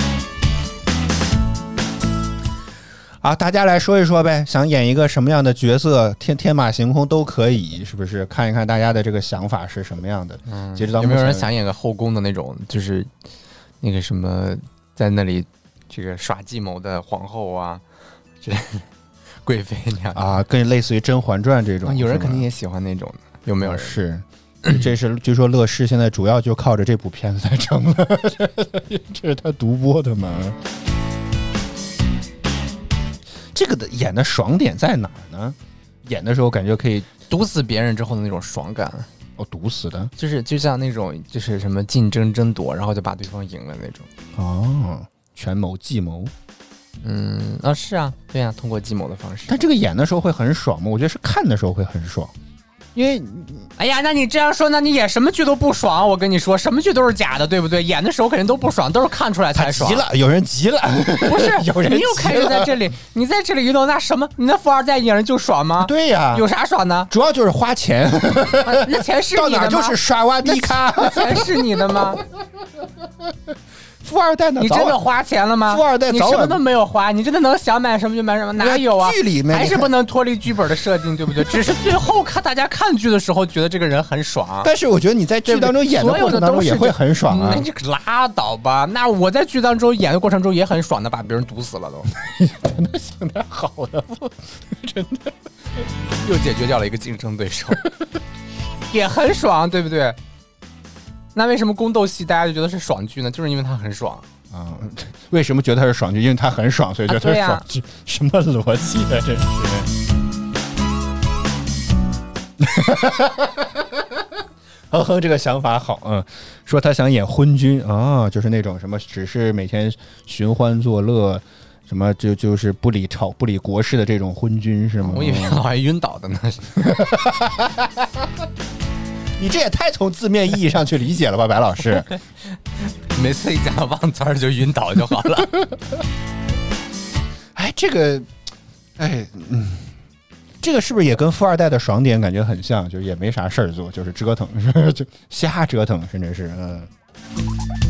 Speaker 3: 啊，大家来说一说呗，想演一个什么样的角色，天天马行空都可以，是不是？看一看大家的这个想法是什么样的。嗯，截止到
Speaker 2: 有
Speaker 3: 目
Speaker 2: 没
Speaker 3: 前
Speaker 2: 有人想演个后宫的那种，就是那个什么在那里这个耍计谋的皇后啊，这 (laughs) 贵妃那样的、
Speaker 3: 啊？更类似于《甄嬛传》这
Speaker 2: 啊
Speaker 3: 种，
Speaker 2: 有人
Speaker 3: 是吗
Speaker 2: 肯定也喜欢那种的，有没有人？
Speaker 3: 是， (clears throat) 这是据说乐视现在主要就靠着这部片子在挣了， (laughs) 这是他独播的嘛？这个的演的爽点在哪儿呢？演的时候感觉可以
Speaker 2: 毒死别人之后的那种爽感，
Speaker 3: 哦，毒死的
Speaker 2: 就是就像那种就是什么竞争争夺，然后就把对方赢了那种。
Speaker 3: 哦，权谋计谋。
Speaker 2: 嗯，啊、是啊，对啊，通过计谋的方式
Speaker 3: 但。这个演的时候会很爽吗？我觉得是看的时候会很爽，因为
Speaker 2: 哎呀，那你这样说，那你演什么剧都不爽。我跟你说，什么剧都是假的，对不对？演的时候肯定都不爽，都是看出来才爽
Speaker 3: 急。了，有人急了，，
Speaker 2: 不是
Speaker 3: (laughs) 有人
Speaker 2: 你又
Speaker 3: 急
Speaker 2: 开始在
Speaker 3: 了
Speaker 2: 这里，你在这里遇到那什么，你那富二代演人就爽吗？、
Speaker 3: 对啊呀、
Speaker 2: 有啥爽
Speaker 3: (laughs)
Speaker 2: 呢？
Speaker 3: 主要就是花钱，
Speaker 2: 啊那钱是
Speaker 3: 到
Speaker 2: 你的吗？
Speaker 3: 哪儿就是刷哇迪卡，
Speaker 2: 那钱是你的
Speaker 3: (laughs)
Speaker 2: 吗？
Speaker 3: 富二代呢？
Speaker 2: 你
Speaker 3: 早
Speaker 2: 真的
Speaker 3: 晚
Speaker 2: 花钱了吗？
Speaker 3: 富二代
Speaker 2: 你
Speaker 3: 早晚
Speaker 2: 什么都没有花，你真的能想买什么就买什么，哪有啊？
Speaker 3: 剧里面
Speaker 2: 还是不能脱离剧本的设定，对不对？只是最后看大家看剧的时候，觉得这个人很爽。
Speaker 3: 但是我觉得你在剧当中演的
Speaker 2: 所有
Speaker 3: 过程
Speaker 2: 的
Speaker 3: 当
Speaker 2: 都
Speaker 3: 中
Speaker 2: 是
Speaker 3: 也会
Speaker 2: 这嗯
Speaker 3: 很爽啊
Speaker 2: 那！这个拉倒吧。那我在剧当中演的过程中也很爽的，把别人毒死了都，
Speaker 3: 整点好的 (laughs) 不？
Speaker 2: 又解决掉了一个竞争对手， (laughs) 也很爽，对不对？那为什么宫斗戏大家就觉得是爽剧呢？就是因为它很爽。
Speaker 3: 啊，为什么觉得它是爽剧？因为它很爽，所以觉得它是爽剧。什么逻辑啊？这是。 (laughs) 哼哼，这个想法好，嗯，说他想演昏君啊，就是那种什么，只是每天寻欢作乐，什么就就是不理朝不理国事的这种昏君是吗？
Speaker 2: 我以为我还晕倒的呢。
Speaker 3: 你这也太从字面意义上去理解了吧，白老师。
Speaker 2: 每次一讲到忘词儿就晕倒就好了。
Speaker 3: 哎，这个，哎，嗯，这个是不是也跟富二代的爽点感觉很像？就是也没啥事儿做，就是折腾， (laughs) 就瞎折腾，甚至是嗯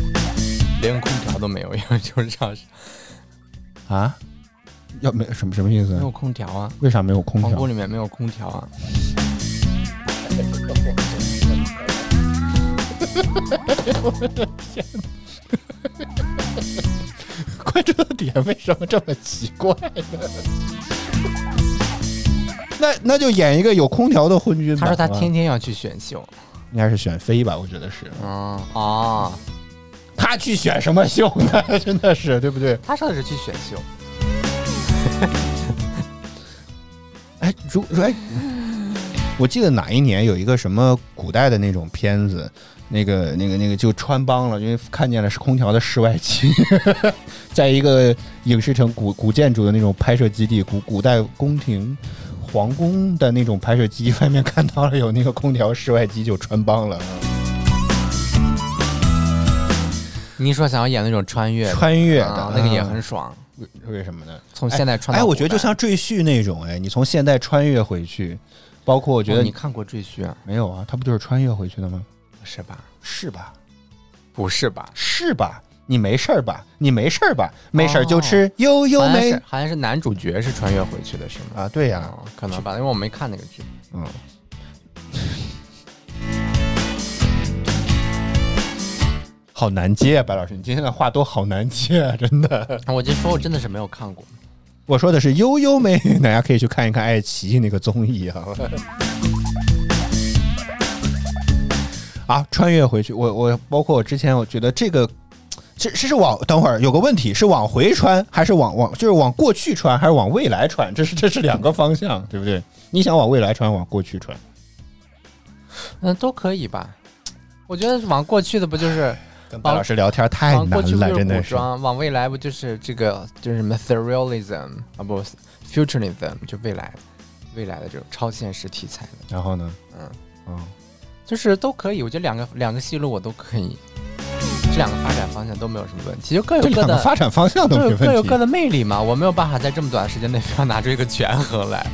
Speaker 2: (laughs) 连空调都没有，因为就是这样，
Speaker 3: 啊，要没什么什么意思
Speaker 2: 没？有空调啊，
Speaker 3: 为啥没有空
Speaker 2: 皇宫
Speaker 3: 调？
Speaker 2: 里面没有空调啊。
Speaker 3: 关注的点为什么这么奇怪呢？那那就演一个有空调的昏君吧。
Speaker 2: 他说他
Speaker 3: 好吧
Speaker 2: 天天要去选秀。
Speaker 3: 应该是选妃吧，我觉得是。
Speaker 2: 嗯啊，
Speaker 3: 他去选什么秀呢？ (laughs) 真的是对不对？
Speaker 2: 他说的是去选秀。
Speaker 3: 哎，如如哎，我记得哪一年有一个什么古代的那种片子，那个那个那个就穿帮了，因为看见了是空调的室外机， (laughs) 在一个影视城古古建筑的那种拍摄基地，古古代宫廷。皇宫的那种拍摄基地外面看到了有那个空调室外机，就穿帮了。
Speaker 2: 嗯你说想要演那种穿越的
Speaker 3: 穿越的嗯
Speaker 2: 啊，那个也很爽。
Speaker 3: 为为什么呢？
Speaker 2: 从现代穿到
Speaker 3: 哎，我觉得
Speaker 2: 古代
Speaker 3: 就像赘婿那种，哎，你从现代穿越回去，包括我觉
Speaker 2: 哦
Speaker 3: 得
Speaker 2: 你看过《赘婿》啊
Speaker 3: 没有啊，他不就是穿越回去的吗？
Speaker 2: 是吧？
Speaker 3: 是吧？
Speaker 2: 不是吧？
Speaker 3: 是吧？你没事儿吧？你没事儿吧？没事儿就
Speaker 2: 哦
Speaker 3: 吃悠悠
Speaker 2: 好像
Speaker 3: 梅
Speaker 2: 是好像是男主角是穿越回去的，是吗？
Speaker 3: 啊，对呀、
Speaker 2: 哦，可能吧，因为我没看那个剧。
Speaker 3: 嗯。好难接啊，白老师，你今天的话都好难接啊， (laughs) 真的。
Speaker 2: 我就说我真的是没有看过。
Speaker 3: 我说的是悠悠妹， (laughs) 大家可以去看一看爱奇艺那个综艺啊。 (laughs) 啊，穿越回去，我我包括我之前，我觉得这个这这是往等会儿有个问题是往回穿还是往往就是往过去穿还是往未来穿？这是这是两个方向，对不对？你想往未来穿，往过去穿，
Speaker 2: 嗯，都可以吧。我觉得往过去的不就是
Speaker 3: 跟白老师聊天太
Speaker 2: 往
Speaker 3: 难
Speaker 2: 过去不
Speaker 3: 了，
Speaker 2: 就是
Speaker 3: 真
Speaker 2: 古
Speaker 3: 的是。
Speaker 2: 装，往未来不就是这个就是什么 surrealism 啊不 futurism 就未来未来的这种超现实题材的，
Speaker 3: 然后呢？
Speaker 2: 嗯
Speaker 3: 嗯，
Speaker 2: 就是都可以。我觉得两个两个戏路我都可以，这两个发展方向都没有什么问题，就各有
Speaker 3: 这
Speaker 2: 各
Speaker 3: 两个
Speaker 2: 的
Speaker 3: 发展方向都
Speaker 2: 各
Speaker 3: 没
Speaker 2: 有各有
Speaker 3: 问题
Speaker 2: 各。的魅力嘛。我没有办法在这么短的时间内 (laughs) 非要拿出一个权衡来。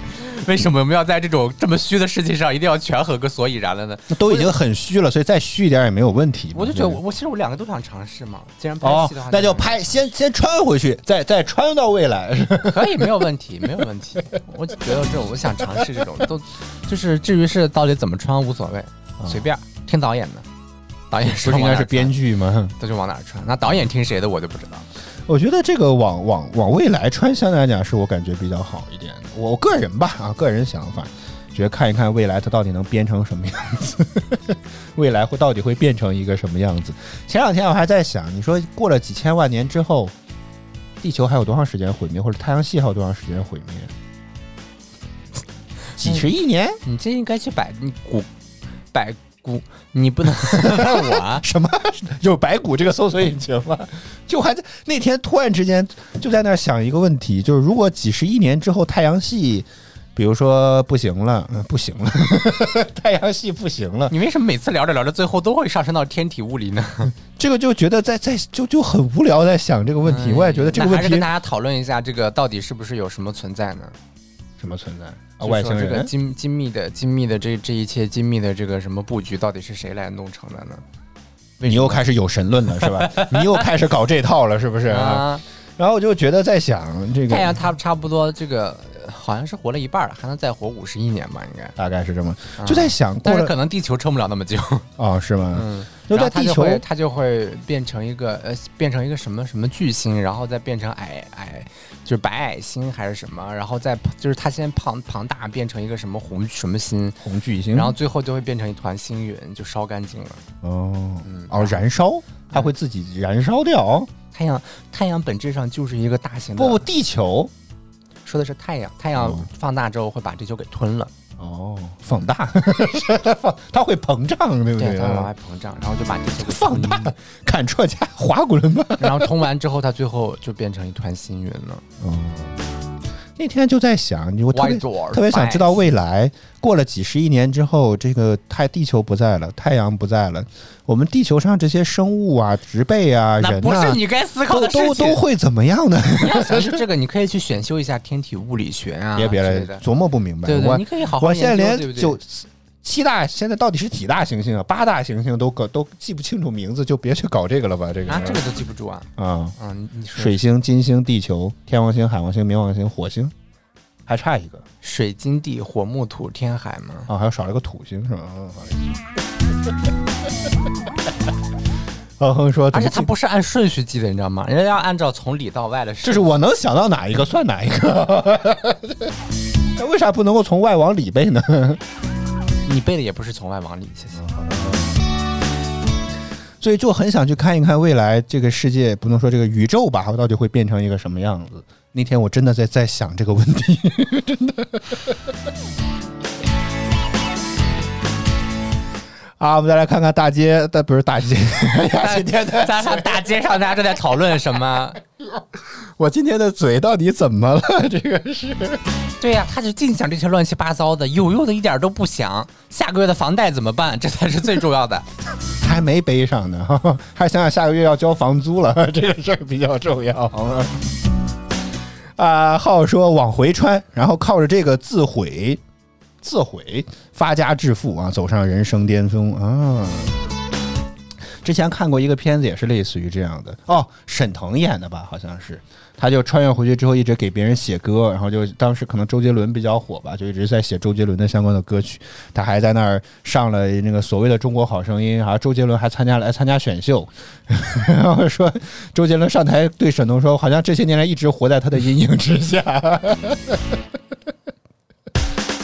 Speaker 2: 为什么我们要在这种这么虚的事情上一定要权衡个所以然了呢？
Speaker 3: 那都已经很虚了，所以再虚一点也没有问题嘛。
Speaker 2: 我就觉得
Speaker 3: 对不对
Speaker 2: 我我其实我两个都想尝试嘛。既然拍
Speaker 3: 哦
Speaker 2: 戏的话，，
Speaker 3: 那就拍，先先穿回去，再再穿到未 (laughs) 来。
Speaker 2: 可以，没有问题，没有问题。我觉得这种，我想尝试这种，都就是至于是到底怎么穿无所谓，随便听导演的。导演
Speaker 3: 不是应该是编
Speaker 2: 剧，
Speaker 3: 剧吗？
Speaker 2: 都是往哪儿穿。那导演听谁的我就不知道了。
Speaker 3: 我觉得这个往往往未来穿，相对来讲是我感觉比较好一点的。我个人吧，啊，个人想法，觉得看一看未来它到底能编成什么样子， (laughs) 未来会到底会变成一个什么样子。前两天我还在想，你说过了几千万年之后，地球还有多长时间毁灭，或者太阳系还有多长时间毁灭？几十亿年？
Speaker 2: 你这应该去摆你古摆古，你不能 (laughs) 问我啊。
Speaker 3: 什么 (laughs) 有白骨这个搜索引擎吗？ (laughs) 就还在那天突然之间就在那儿想一个问题，就是如果几十亿年之后太阳系，比如说不行了，嗯，不行了， (laughs) 太阳系不行了，
Speaker 2: 你为什么每次聊着聊着，最后都会上升到天体物理
Speaker 3: (laughs)
Speaker 2: 呢？
Speaker 3: 这个就觉得在在就就很无聊，在想这个问题。我也觉得这个
Speaker 2: 哎那
Speaker 3: 问
Speaker 2: 还是
Speaker 3: 题
Speaker 2: 跟大家讨论一下，这个到底是不是有什么存在呢？
Speaker 3: 什么存在啊？
Speaker 2: 就
Speaker 3: 外
Speaker 2: 说
Speaker 3: 星
Speaker 2: 这个
Speaker 3: 人
Speaker 2: 精精密的、精密的这这一切精密的这个什么布局，到底是谁来弄成的呢？
Speaker 3: 你又开始有神论了是吧？你又开始搞这套了是不是？
Speaker 2: 啊，
Speaker 3: 然后我就觉得在想这个
Speaker 2: 太阳它差不多这个呃好像是活了一半了，还能再活五十亿年吧，应该。
Speaker 3: 大概是这么，就在想过
Speaker 2: 啊但是
Speaker 3: 了
Speaker 2: 可能地球撑不了那么久，
Speaker 3: 哦是吗？
Speaker 2: 嗯，
Speaker 3: 就
Speaker 2: 然后
Speaker 3: 在
Speaker 2: 它
Speaker 3: 地
Speaker 2: 就
Speaker 3: 球
Speaker 2: 会它就会变成一个呃，变成一个什么什么巨星，然后再变成矮矮，就是白矮星还是什么，然后再就是它先庞庞大变成一个什么红什么星，
Speaker 3: 红巨星，
Speaker 2: 然后最后就会变成一团星云，就烧干净了。
Speaker 3: 哦，哦，燃烧，它会自己燃烧掉。
Speaker 2: 太阳太阳本质上就是一个大型的，
Speaker 3: 不，地球
Speaker 2: 说的是太阳，太阳
Speaker 3: 哦
Speaker 2: 放大之后会把地球给吞了。
Speaker 3: 哦，放大， (laughs) 放，它会膨胀，对不嗯
Speaker 2: 对，它往
Speaker 3: 啊
Speaker 2: 外膨胀，然后就把地球
Speaker 3: (laughs)
Speaker 2: 给
Speaker 3: 放
Speaker 2: 吞
Speaker 3: 大
Speaker 2: 了，
Speaker 3: 砍错加滑滚吧。
Speaker 2: 然后通完之后，它最后就变成一团星云了。
Speaker 3: 哦，那天就在想，我特
Speaker 2: White
Speaker 3: 别
Speaker 2: Dwarf，
Speaker 3: 特别想知道未来过了几十亿年之后，这个太地球不在了，太阳不在了，我们地球上这些生物啊、植被啊、
Speaker 2: 那
Speaker 3: 人
Speaker 2: 不是
Speaker 3: 呐、
Speaker 2: 你该思考
Speaker 3: 都
Speaker 2: 的事
Speaker 3: 都
Speaker 2: 情。
Speaker 3: 都会怎么样呢？
Speaker 2: 你 (laughs) 要
Speaker 3: (laughs)
Speaker 2: 想是这个，你可以去选修一下天体物理学啊，
Speaker 3: 别别
Speaker 2: 之类
Speaker 3: 了，
Speaker 2: 的。
Speaker 3: 琢磨不明白。
Speaker 2: 对
Speaker 3: 我
Speaker 2: 对，你可以好好
Speaker 3: 我
Speaker 2: 研
Speaker 3: 现
Speaker 2: 究。
Speaker 3: 在连
Speaker 2: 对不
Speaker 3: 九
Speaker 2: 对？
Speaker 3: 七大现在到底是几大行星啊？八大行星都搞都记不清楚名字，就别去搞这个了吧。这个
Speaker 2: 啊，这个都记不住啊。
Speaker 3: 啊，
Speaker 2: 啊，你你说
Speaker 3: 水星、金星、地球、天王星、海王星、冥王星、火星，还差一个
Speaker 2: 水金地火木土天海吗？
Speaker 3: 啊，还有少了个土星是吧？嗯好嘞哼哼啊说，
Speaker 2: 而
Speaker 3: 怎
Speaker 2: 且
Speaker 3: 么
Speaker 2: 它
Speaker 3: 记？
Speaker 2: 不是按顺序记的，你知道吗？人家要按照从里到外的
Speaker 3: 这
Speaker 2: 顺
Speaker 3: 是
Speaker 2: 序。
Speaker 3: 我能想到哪一个算哪一
Speaker 2: (laughs)
Speaker 3: 个， (laughs) 那为啥不能够从外往里背呢？
Speaker 2: 你背的也不是从外往里，谢谢。
Speaker 3: 所以就很想去看一看未来这个世界，不能说这个宇宙吧，到底会变成一个什么样子。那天我真的在在想这个问题，真的。 (laughs) 啊，我们再来看看大街，呃但不是大街，哎呀，今天的
Speaker 2: 咱上大街上，大家正在讨论什
Speaker 3: (laughs)
Speaker 2: 么？
Speaker 3: 我今天的嘴到底怎么了？这个是
Speaker 2: 对呀、他就净想这些乱七八糟的，有用的一点都不想。下个月的房贷怎么办？这才是最重要
Speaker 3: (laughs)
Speaker 2: 的。
Speaker 3: 还没背上呢， (laughs) 哈哈还想想下个月要交房租了， (laughs) 这个事儿比较重要。啊，浩说往回穿，然后靠着这个自毁，自毁发家致富啊，走上人生巅峰啊。之前看过一个片子，也是类似于这样的哦，沈腾演的吧，好像是，他就穿越回去之后一直给别人写歌，然后就当时可能周杰伦比较火吧，就一直在写周杰伦的相关的歌曲，他还在那儿上了那个所谓的《中国好声音》，好像周杰伦还参加了来哎参加选秀，然后说周杰伦上台对沈腾说，好像这些年来一直活在他的阴影之下。 (laughs)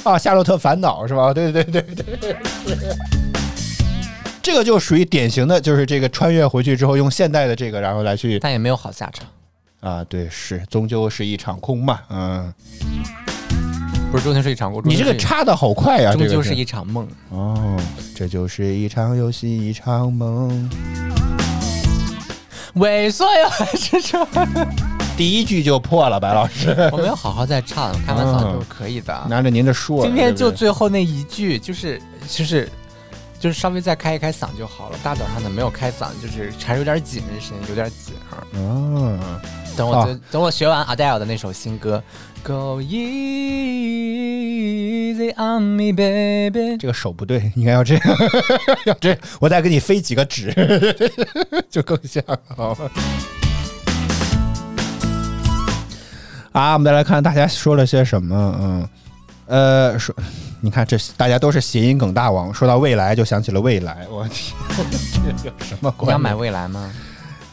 Speaker 3: 啊，《夏洛特烦恼》是吧？对对对对对。这个就属于典型的，就是这个穿越回去之后，用现代的这个，然后来去
Speaker 2: 但也没有好下场。
Speaker 3: 啊，对，是终究是一场空嘛，嗯。
Speaker 2: 不是，终究是一场过。
Speaker 3: 你这个插的好快呀、啊
Speaker 2: 终
Speaker 3: 这
Speaker 2: 究
Speaker 3: 个
Speaker 2: 是一场梦。
Speaker 3: 哦，这就是一场游戏，一场梦。
Speaker 2: 萎缩呀， (laughs) 这是
Speaker 3: 第一句就破了，白老师，
Speaker 2: (laughs) 我们要好好再唱，开完嗓就是可以的。
Speaker 3: 拿着您的书啊，
Speaker 2: 今天就
Speaker 3: 对不对 (laughs)
Speaker 2: 最后那一句，就是就是就是稍微再开一开嗓就好了。大早上的没有开嗓，就是还是有点紧，这声音有点紧啊。
Speaker 3: 嗯，
Speaker 2: 等我、
Speaker 3: 啊
Speaker 2: 等等我学完 Adele 的那首新歌，Go easy on me, baby。
Speaker 3: 这个手不对， (laughs) 应该要这样，要这样，我再给你飞几个纸， (laughs) 就更像好了。啊，我们再来看大家说了些什么，嗯，呃，说，你看这大家都是谐音梗大王，说到未来就想起了未来，我天， (laughs) 这有什么关系？
Speaker 2: 你要买未来吗？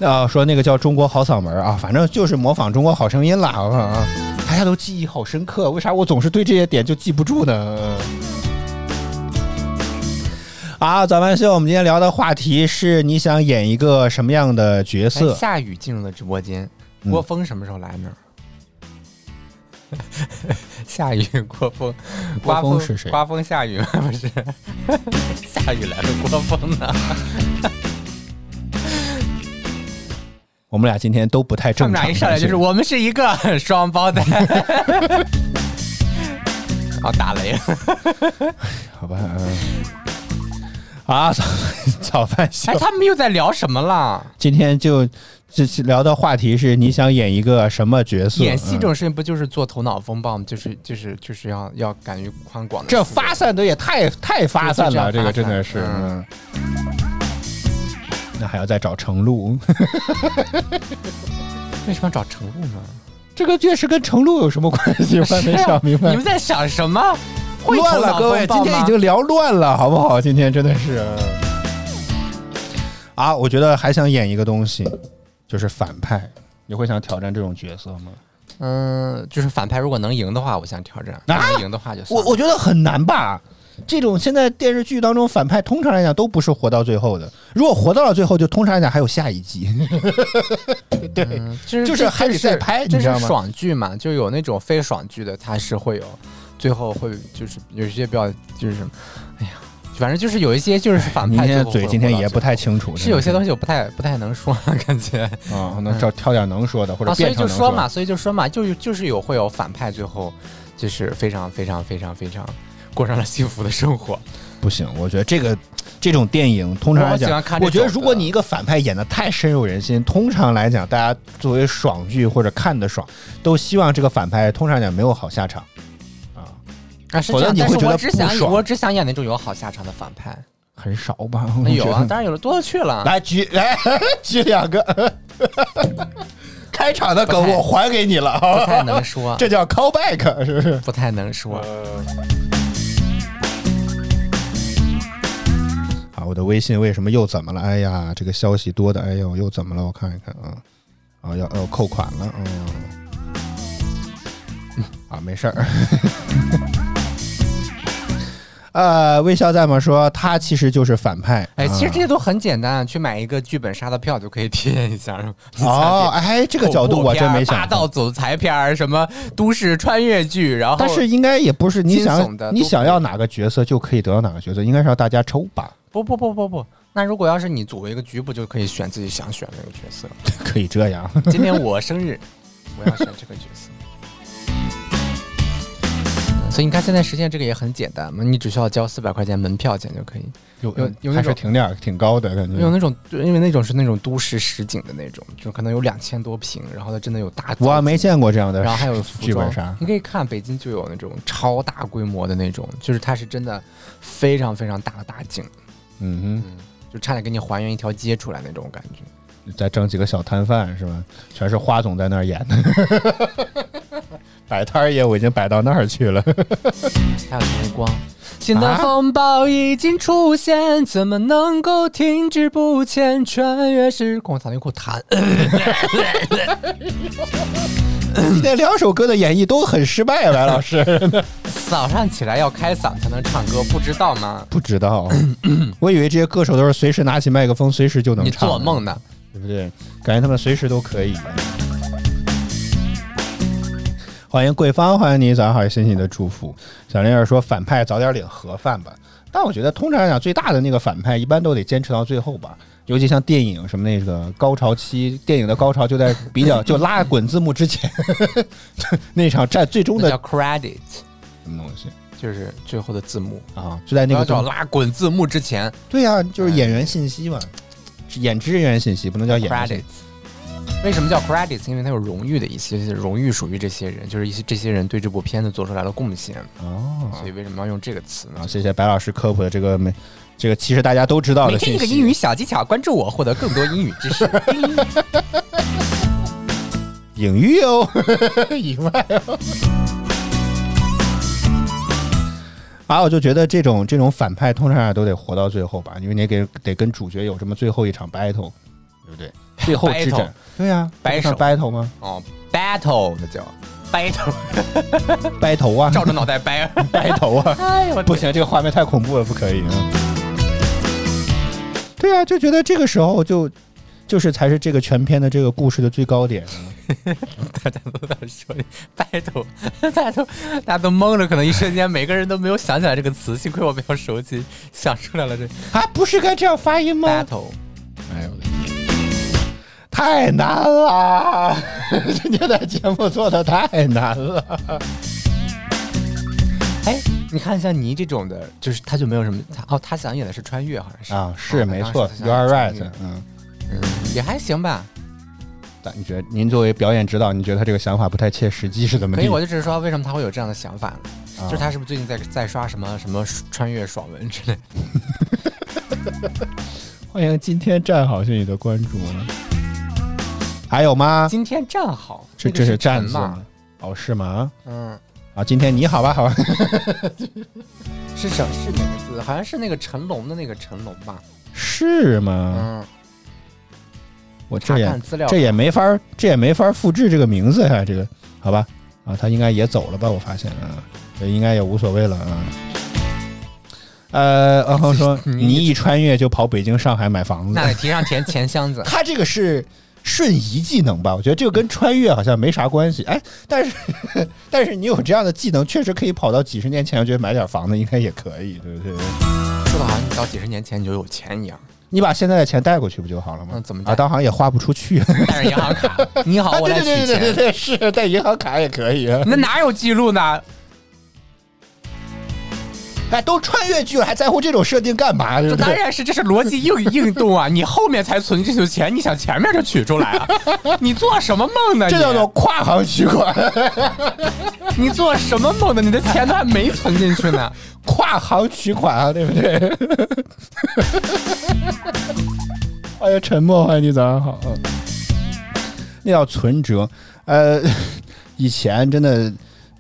Speaker 3: 啊，说那个叫《中国好嗓门》啊，反正就是模仿《中国好声音》啦，好不好啊？大家都记忆好深刻，为啥我总是对这些点就记不住呢？啊，早饭秀，我们今天聊的话题是你想演一个什么样的角
Speaker 2: 哎
Speaker 3: 色？
Speaker 2: 夏雨进入了直播间，
Speaker 3: 嗯
Speaker 2: 郭峰什么时候来 (laughs) 呢？夏雨、郭峰，
Speaker 3: 郭
Speaker 2: 刮
Speaker 3: 峰是谁
Speaker 2: 刮风下雨吗？ (laughs) 不是，夏雨来了，郭峰呢？
Speaker 3: 我们俩今天都不太
Speaker 2: 他
Speaker 3: 正
Speaker 2: 们
Speaker 3: 常。
Speaker 2: 俩一上来就是我们是一个 (laughs) 双胞胎，啊，打雷了。
Speaker 3: 好吧？嗯 (laughs) 啊，早 (laughs) 早饭秀
Speaker 2: 哎，，他们又在聊什么了？
Speaker 3: 今天就这是聊的话题是你想演一个什么角色？
Speaker 2: 演戏这
Speaker 3: 嗯
Speaker 2: 种事情不就是做头脑风暴吗？就是就是就是要要敢于宽广的思维。
Speaker 3: 这发散的也太太发散了，
Speaker 2: 对就
Speaker 3: 这
Speaker 2: 这样
Speaker 3: 个真的是。
Speaker 2: 发散
Speaker 3: 嗯那还要再找程璐，
Speaker 2: 为什么要找程璐呢？
Speaker 3: (laughs) 这个确实跟程璐有什么关系？我还没想明
Speaker 2: 啊你
Speaker 3: 白
Speaker 2: 们。在想什么？会头
Speaker 3: 乱
Speaker 2: 脑
Speaker 3: 了，各位，
Speaker 2: 风暴
Speaker 3: 今天
Speaker 2: 吗
Speaker 3: 已经聊乱了，好不好？今天真的是。啊，我觉得还想演一个东西，就是反派。你会想挑战这种角色吗？
Speaker 2: 嗯，就是反派如果能赢的话，我想挑战；
Speaker 3: 啊
Speaker 2: 能赢的话就算
Speaker 3: 我
Speaker 2: 了
Speaker 3: 我觉得很难吧。这种现在电视剧当中反派，通常来讲都不是活到最后的。如果活到了最后，就通常来讲还有下一季。
Speaker 2: 嗯就是
Speaker 3: 就是还得再拍
Speaker 2: 这
Speaker 3: 你知道吗
Speaker 2: 是爽剧嘛，就有那种非爽剧的，它是会有最后会就是有一些比较就是什么，哎呀，反正就是有一些就是反
Speaker 3: 您
Speaker 2: 派最
Speaker 3: 今
Speaker 2: 后
Speaker 3: 啊天
Speaker 2: 会。
Speaker 3: 嘴今天也不太清楚，
Speaker 2: 是有些东
Speaker 3: 西
Speaker 2: 西我不太不太能说，感觉。
Speaker 3: 啊，能找挑点能说的或者
Speaker 2: 啊，所
Speaker 3: 变
Speaker 2: 以
Speaker 3: 成
Speaker 2: 就
Speaker 3: 能
Speaker 2: 说
Speaker 3: 的
Speaker 2: 嘛，，所以就说嘛，就就是有会有反派，最后就是非常非常非常非常过上了幸福的生活。
Speaker 3: 不行，我觉得这个这种电影通常来
Speaker 2: 我喜
Speaker 3: 讲
Speaker 2: 欢看，这
Speaker 3: 我觉得
Speaker 2: 种的
Speaker 3: 如果你一个反派演的太深入人心，通常来讲，大家作为爽剧或者看的爽，都希望这个反派通常来讲没有好下场啊，
Speaker 2: 啊，是
Speaker 3: 否
Speaker 2: 这样，
Speaker 3: 则你
Speaker 2: 但
Speaker 3: 会
Speaker 2: 是
Speaker 3: 觉
Speaker 2: 我
Speaker 3: 得
Speaker 2: 只
Speaker 3: 不
Speaker 2: 想
Speaker 3: 爽
Speaker 2: 我只想演那种有好下场的反派。
Speaker 3: 很少吧？我
Speaker 2: 那有
Speaker 3: 觉
Speaker 2: 啊
Speaker 3: 得，
Speaker 2: 当然有了，多了去了。
Speaker 3: (laughs) 来举来举两个， (laughs) 开场的梗
Speaker 2: 不太
Speaker 3: 我还给你了
Speaker 2: 不太
Speaker 3: 啊，
Speaker 2: 能说，
Speaker 3: 这叫 callback 是不是？
Speaker 2: 不太能说。
Speaker 3: 啊，我的微信为什么又怎么了？哎呀，这个消息多的，哎呦，又怎么了？我看一看啊，啊，要要扣款了，嗯，啊，没事儿。 (laughs) 呃，微笑在吗？说他其实就是反派。
Speaker 2: 哎，其实
Speaker 3: 啊
Speaker 2: 这些都很简单，去买一个剧本杀的票就可以体验一下。 (laughs)
Speaker 3: 哦，，哎，这
Speaker 2: 这
Speaker 3: 个角度我真没
Speaker 2: 霸
Speaker 3: 想
Speaker 2: 道
Speaker 3: 到。
Speaker 2: 总裁片儿，什么都市穿越剧，然后
Speaker 3: 但是应该也不是你
Speaker 2: 惊悚
Speaker 3: 想
Speaker 2: 的
Speaker 3: 你
Speaker 2: 都
Speaker 3: 想
Speaker 2: 可以
Speaker 3: 要哪个角色就可以得到哪个角色，应该是让大家抽吧。 (laughs)
Speaker 2: 不不不不不，那如果要是你组一个局，不就可以选自己想选的那个角色？
Speaker 3: 可以这样。
Speaker 2: 今天我生日，我要选这个角色。 (laughs) 所以你看，现在实现这个也很简单嘛，你只需要交四百块钱门票钱就可以。
Speaker 3: 有
Speaker 2: 有有那
Speaker 3: (laughs) 还是
Speaker 2: 种
Speaker 3: 挺点儿挺高的感
Speaker 2: 有
Speaker 3: 觉。
Speaker 2: 那种，因为那种是那种都市实景的那种，就可能有两千多平，然后它真的有大，
Speaker 3: 我啊还没，见过这样的，
Speaker 2: 然后还有服
Speaker 3: 剧本
Speaker 2: 装
Speaker 3: 杀，
Speaker 2: 你可以看北京就有那种超大规模的那种，就是它是真的非常非常大的大景，
Speaker 3: 嗯
Speaker 2: 就差点给你还原一条街出来那种感觉。
Speaker 3: 哼，再整几个小摊贩是吧？全是花总在那儿演 (laughs) 的，摆摊儿业我已经摆到那儿去了。
Speaker 2: 还有晨光。新的风暴已经出现，怎么能够停滞不前？穿越时空，我操，有口痰。
Speaker 3: 今天两首歌的演绎都很失败，白老师
Speaker 2: (laughs) 早上起来要开嗓才能唱歌，不知道吗？
Speaker 3: 不知道， (coughs) 我以为这些歌手都是随时拿起麦克风，随时就能
Speaker 2: 你
Speaker 3: 唱，
Speaker 2: 做梦呢？
Speaker 3: 对不对？感觉他们随时都可以。欢迎桂芳，欢迎你，早上好，谢谢你的祝福。小玲儿说，反派早点领盒饭吧。但我觉得，通常来讲，最大的那个反派一般都得坚持到最后吧。尤其像电影什么那个高潮期，电影的高潮就在比较就拉滚字幕之前 (laughs) 那场战最终
Speaker 2: 那
Speaker 3: 的
Speaker 2: 叫 credit，
Speaker 3: 什么东西
Speaker 2: 就是最后的字幕。
Speaker 3: 啊，就在
Speaker 2: 不
Speaker 3: 那
Speaker 2: 要
Speaker 3: 个
Speaker 2: 叫拉哎滚字幕之前
Speaker 3: 对呀、就是演员信息嘛，演职人员信息不能叫
Speaker 2: 哎
Speaker 3: 演员信息
Speaker 2: ，credit。为什么叫 credits？因为它有荣誉的意思，就是荣誉属于这些人，就是一些这些人对这部片子做出来的贡献，
Speaker 3: 哦。
Speaker 2: 所以为什么要用这个词
Speaker 3: 啊，
Speaker 2: 呢？
Speaker 3: 谢谢白老师科普的这个没，这个其实大家都知道
Speaker 2: 每
Speaker 3: 的
Speaker 2: 哦天一
Speaker 3: 信
Speaker 2: 个英语
Speaker 3: 息。
Speaker 2: 小技巧，关注我，获得更多英语知 (laughs) 识。
Speaker 3: 隐
Speaker 2: (laughs)
Speaker 3: 喻哦，以外哦。啊，我就觉得这种这种反派通常都得活到最后吧，因为你给得跟主角有这么最后一场 battle，对不对？最后
Speaker 2: (laughs)
Speaker 3: 之
Speaker 2: Battle
Speaker 3: 战，对啊呀、
Speaker 2: 掰
Speaker 3: 这不
Speaker 2: 手
Speaker 3: 算 battle 吗？
Speaker 2: 哦，battle 那叫 battle， (laughs)
Speaker 3: 掰头啊，
Speaker 2: 照着哎脑袋掰。
Speaker 3: 掰头啊！不行，这个画面太恐怖了，不可以。嗯对啊，就觉得这个时候就就是才是这个全片的这个故事的最高点。
Speaker 2: (laughs) 大家都在说 battle，大家 (laughs) 都大家都懵着，可能一瞬间每个人都没有想起来这个词，幸亏我比较熟悉，想出来了这
Speaker 3: 啊，不是该这样发音吗？
Speaker 2: battle。
Speaker 3: 哎呦我的天，太难了！今天的节目做的太难了。
Speaker 2: 哎，你看像你这种的，就是他就没有什么，他哦，他想演的是穿越，好像是
Speaker 3: 啊，是
Speaker 2: 哦
Speaker 3: 没
Speaker 2: 他
Speaker 3: 错
Speaker 2: 当时
Speaker 3: ，You are
Speaker 2: 想演穿越。
Speaker 3: right 嗯，
Speaker 2: 也还行吧。
Speaker 3: 但你觉得您作为表演指导，你觉得他这个想法不太切实际是怎么
Speaker 2: 可
Speaker 3: 地？
Speaker 2: 以，
Speaker 3: 啊
Speaker 2: 我就只是说为什么他会有这样的想法呢？就是他是不是最近在在刷什么什么穿越爽文之类的？ (laughs)
Speaker 3: 欢迎今天站好，谢谢你的关注。啊还有吗？
Speaker 2: 今天站好，
Speaker 3: 这
Speaker 2: 那个
Speaker 3: 这是
Speaker 2: 是
Speaker 3: 站
Speaker 2: 陈
Speaker 3: 字
Speaker 2: 嘛
Speaker 3: 吗？？哦，是吗？
Speaker 2: 嗯，
Speaker 3: 啊，今天你好吧，好吧。
Speaker 2: 是什是哪个字？好像是那个成龙的那个成龙吧？
Speaker 3: 是吗？
Speaker 2: 嗯，
Speaker 3: 我这
Speaker 2: 查
Speaker 3: 也
Speaker 2: 看资料，
Speaker 3: 这也没法儿，这也没法儿复制这个名字呀、这个好吧？啊，他应该也走了吧？我发现啊，所以应该也无所谓了啊。呃，然
Speaker 2: (laughs)
Speaker 3: 后说你一穿越就跑北京、上海买房子。
Speaker 2: 那，得提上钱钱箱子
Speaker 3: (laughs)
Speaker 2: (laughs)
Speaker 3: 他这个是瞬移技能吧？我觉得这个跟穿越好像没啥关系。哎，但是 (laughs) 但是你有这样的技能，确实可以跑到几十年前，我觉得买点房子应该也可以，对不对？
Speaker 2: 说的好像你到几十年前你就有钱一样，
Speaker 3: 你把现在的钱带过去不就好了吗？
Speaker 2: 嗯怎么带
Speaker 3: 啊？当行也花不出去。
Speaker 2: 带着银行
Speaker 3: (laughs)
Speaker 2: 卡，你 (laughs) 好，我来取
Speaker 3: 对对对
Speaker 2: 钱。
Speaker 3: 对对，是带银行卡也可以。啊
Speaker 2: 那哪有记录呢？
Speaker 3: 哎，都穿越剧了，还在乎这种设定干嘛？对
Speaker 2: 这
Speaker 3: 不
Speaker 2: 当
Speaker 3: 对？
Speaker 2: 然是，这是逻辑硬 (laughs) 硬动啊！你后面才存这些钱，你想前面就取出来啊？你做什么梦呢？
Speaker 3: 这叫做跨行取款， (laughs)
Speaker 2: 你你做什么梦呢？你的钱都还没存进去
Speaker 3: (laughs)
Speaker 2: 呢。
Speaker 3: 跨行取款啊， (laughs) 对不对？欢迎沉默，欢迎你，早上好。嗯那叫存折，呃， (laughs) 以前真的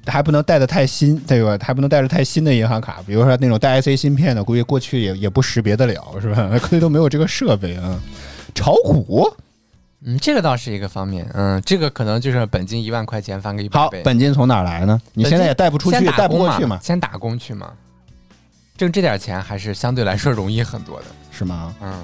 Speaker 3: 还不能带的太新，对吧？还不能带着太新的银行卡，比如说那种带 IC 芯片的，估计过去也也不识别得了，是吧？ (laughs) 估计都没有这个设备啊。炒股
Speaker 2: 嗯，这个倒是一个方面。嗯，这个可能就是本金一万块钱翻个一百
Speaker 3: 好
Speaker 2: 倍。，
Speaker 3: 本金从哪儿来呢？你现在也带不出去
Speaker 2: 先，打
Speaker 3: 带不
Speaker 2: 工
Speaker 3: 过去嘛
Speaker 2: 嘛，，先打工去嘛，挣这点钱还是相对来说容易很多的。
Speaker 3: 是吗？
Speaker 2: 嗯，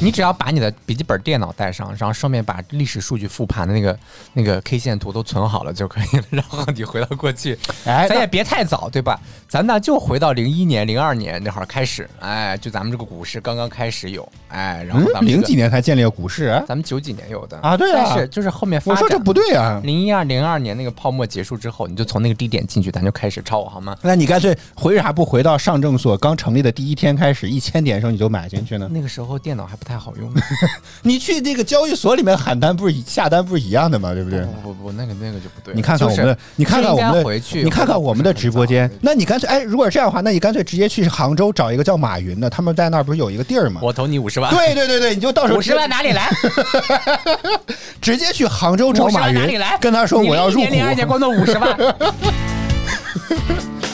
Speaker 2: 你只要把你的笔记本电脑带上，然后上面把历史数据复盘的那个那个 K 线图都存好了就可以了，然后你回到过去，
Speaker 3: (laughs) 哎
Speaker 2: 咱
Speaker 3: 那
Speaker 2: 也别太早，对吧？咱呢就回到零一年、零二年那会儿开始，哎，就咱们这个股市刚刚开始有，哎，然后咱们这个、
Speaker 3: 嗯零几年才建立了股市，
Speaker 2: 咱们九几年有的
Speaker 3: 啊对啊
Speaker 2: 但是就是后面发
Speaker 3: 我
Speaker 2: 展
Speaker 3: 说这不对啊。
Speaker 2: 零一二零二年那个泡沫结束之后，你就从那个低点进去，咱就开始抄好吗？
Speaker 3: 那你干脆回啥不回到上证所刚成立的第一天开始，一千点的时候你就买进去呢？
Speaker 2: 那个时候电脑还不太好 (laughs) 用，
Speaker 3: 你去那个交易所里面喊单不是一下单不是一样的吗？对不对？
Speaker 2: 不不不，那个那个就不对了。
Speaker 3: 你看看我们
Speaker 2: 就
Speaker 3: 的，
Speaker 2: 是
Speaker 3: 你看看我们
Speaker 2: 就应
Speaker 3: 的，
Speaker 2: 该回去，
Speaker 3: 你看看我们的直播间
Speaker 2: 或者。
Speaker 3: 那你干脆，哎，如果是这样的话，那你干脆直接去杭州找一个叫马云的，他们在那儿不是有一个地儿吗？
Speaker 2: 我投你五十万，
Speaker 3: 对对对对，你就到时候
Speaker 2: 五
Speaker 3: 直
Speaker 2: 十
Speaker 3: 接
Speaker 2: 万哪里来？
Speaker 3: (laughs) 直接去杭州找
Speaker 2: 五十
Speaker 3: 马
Speaker 2: 万哪里
Speaker 3: 云
Speaker 2: 来？，
Speaker 3: 跟他说我要入股。
Speaker 2: 零二年光弄五十万，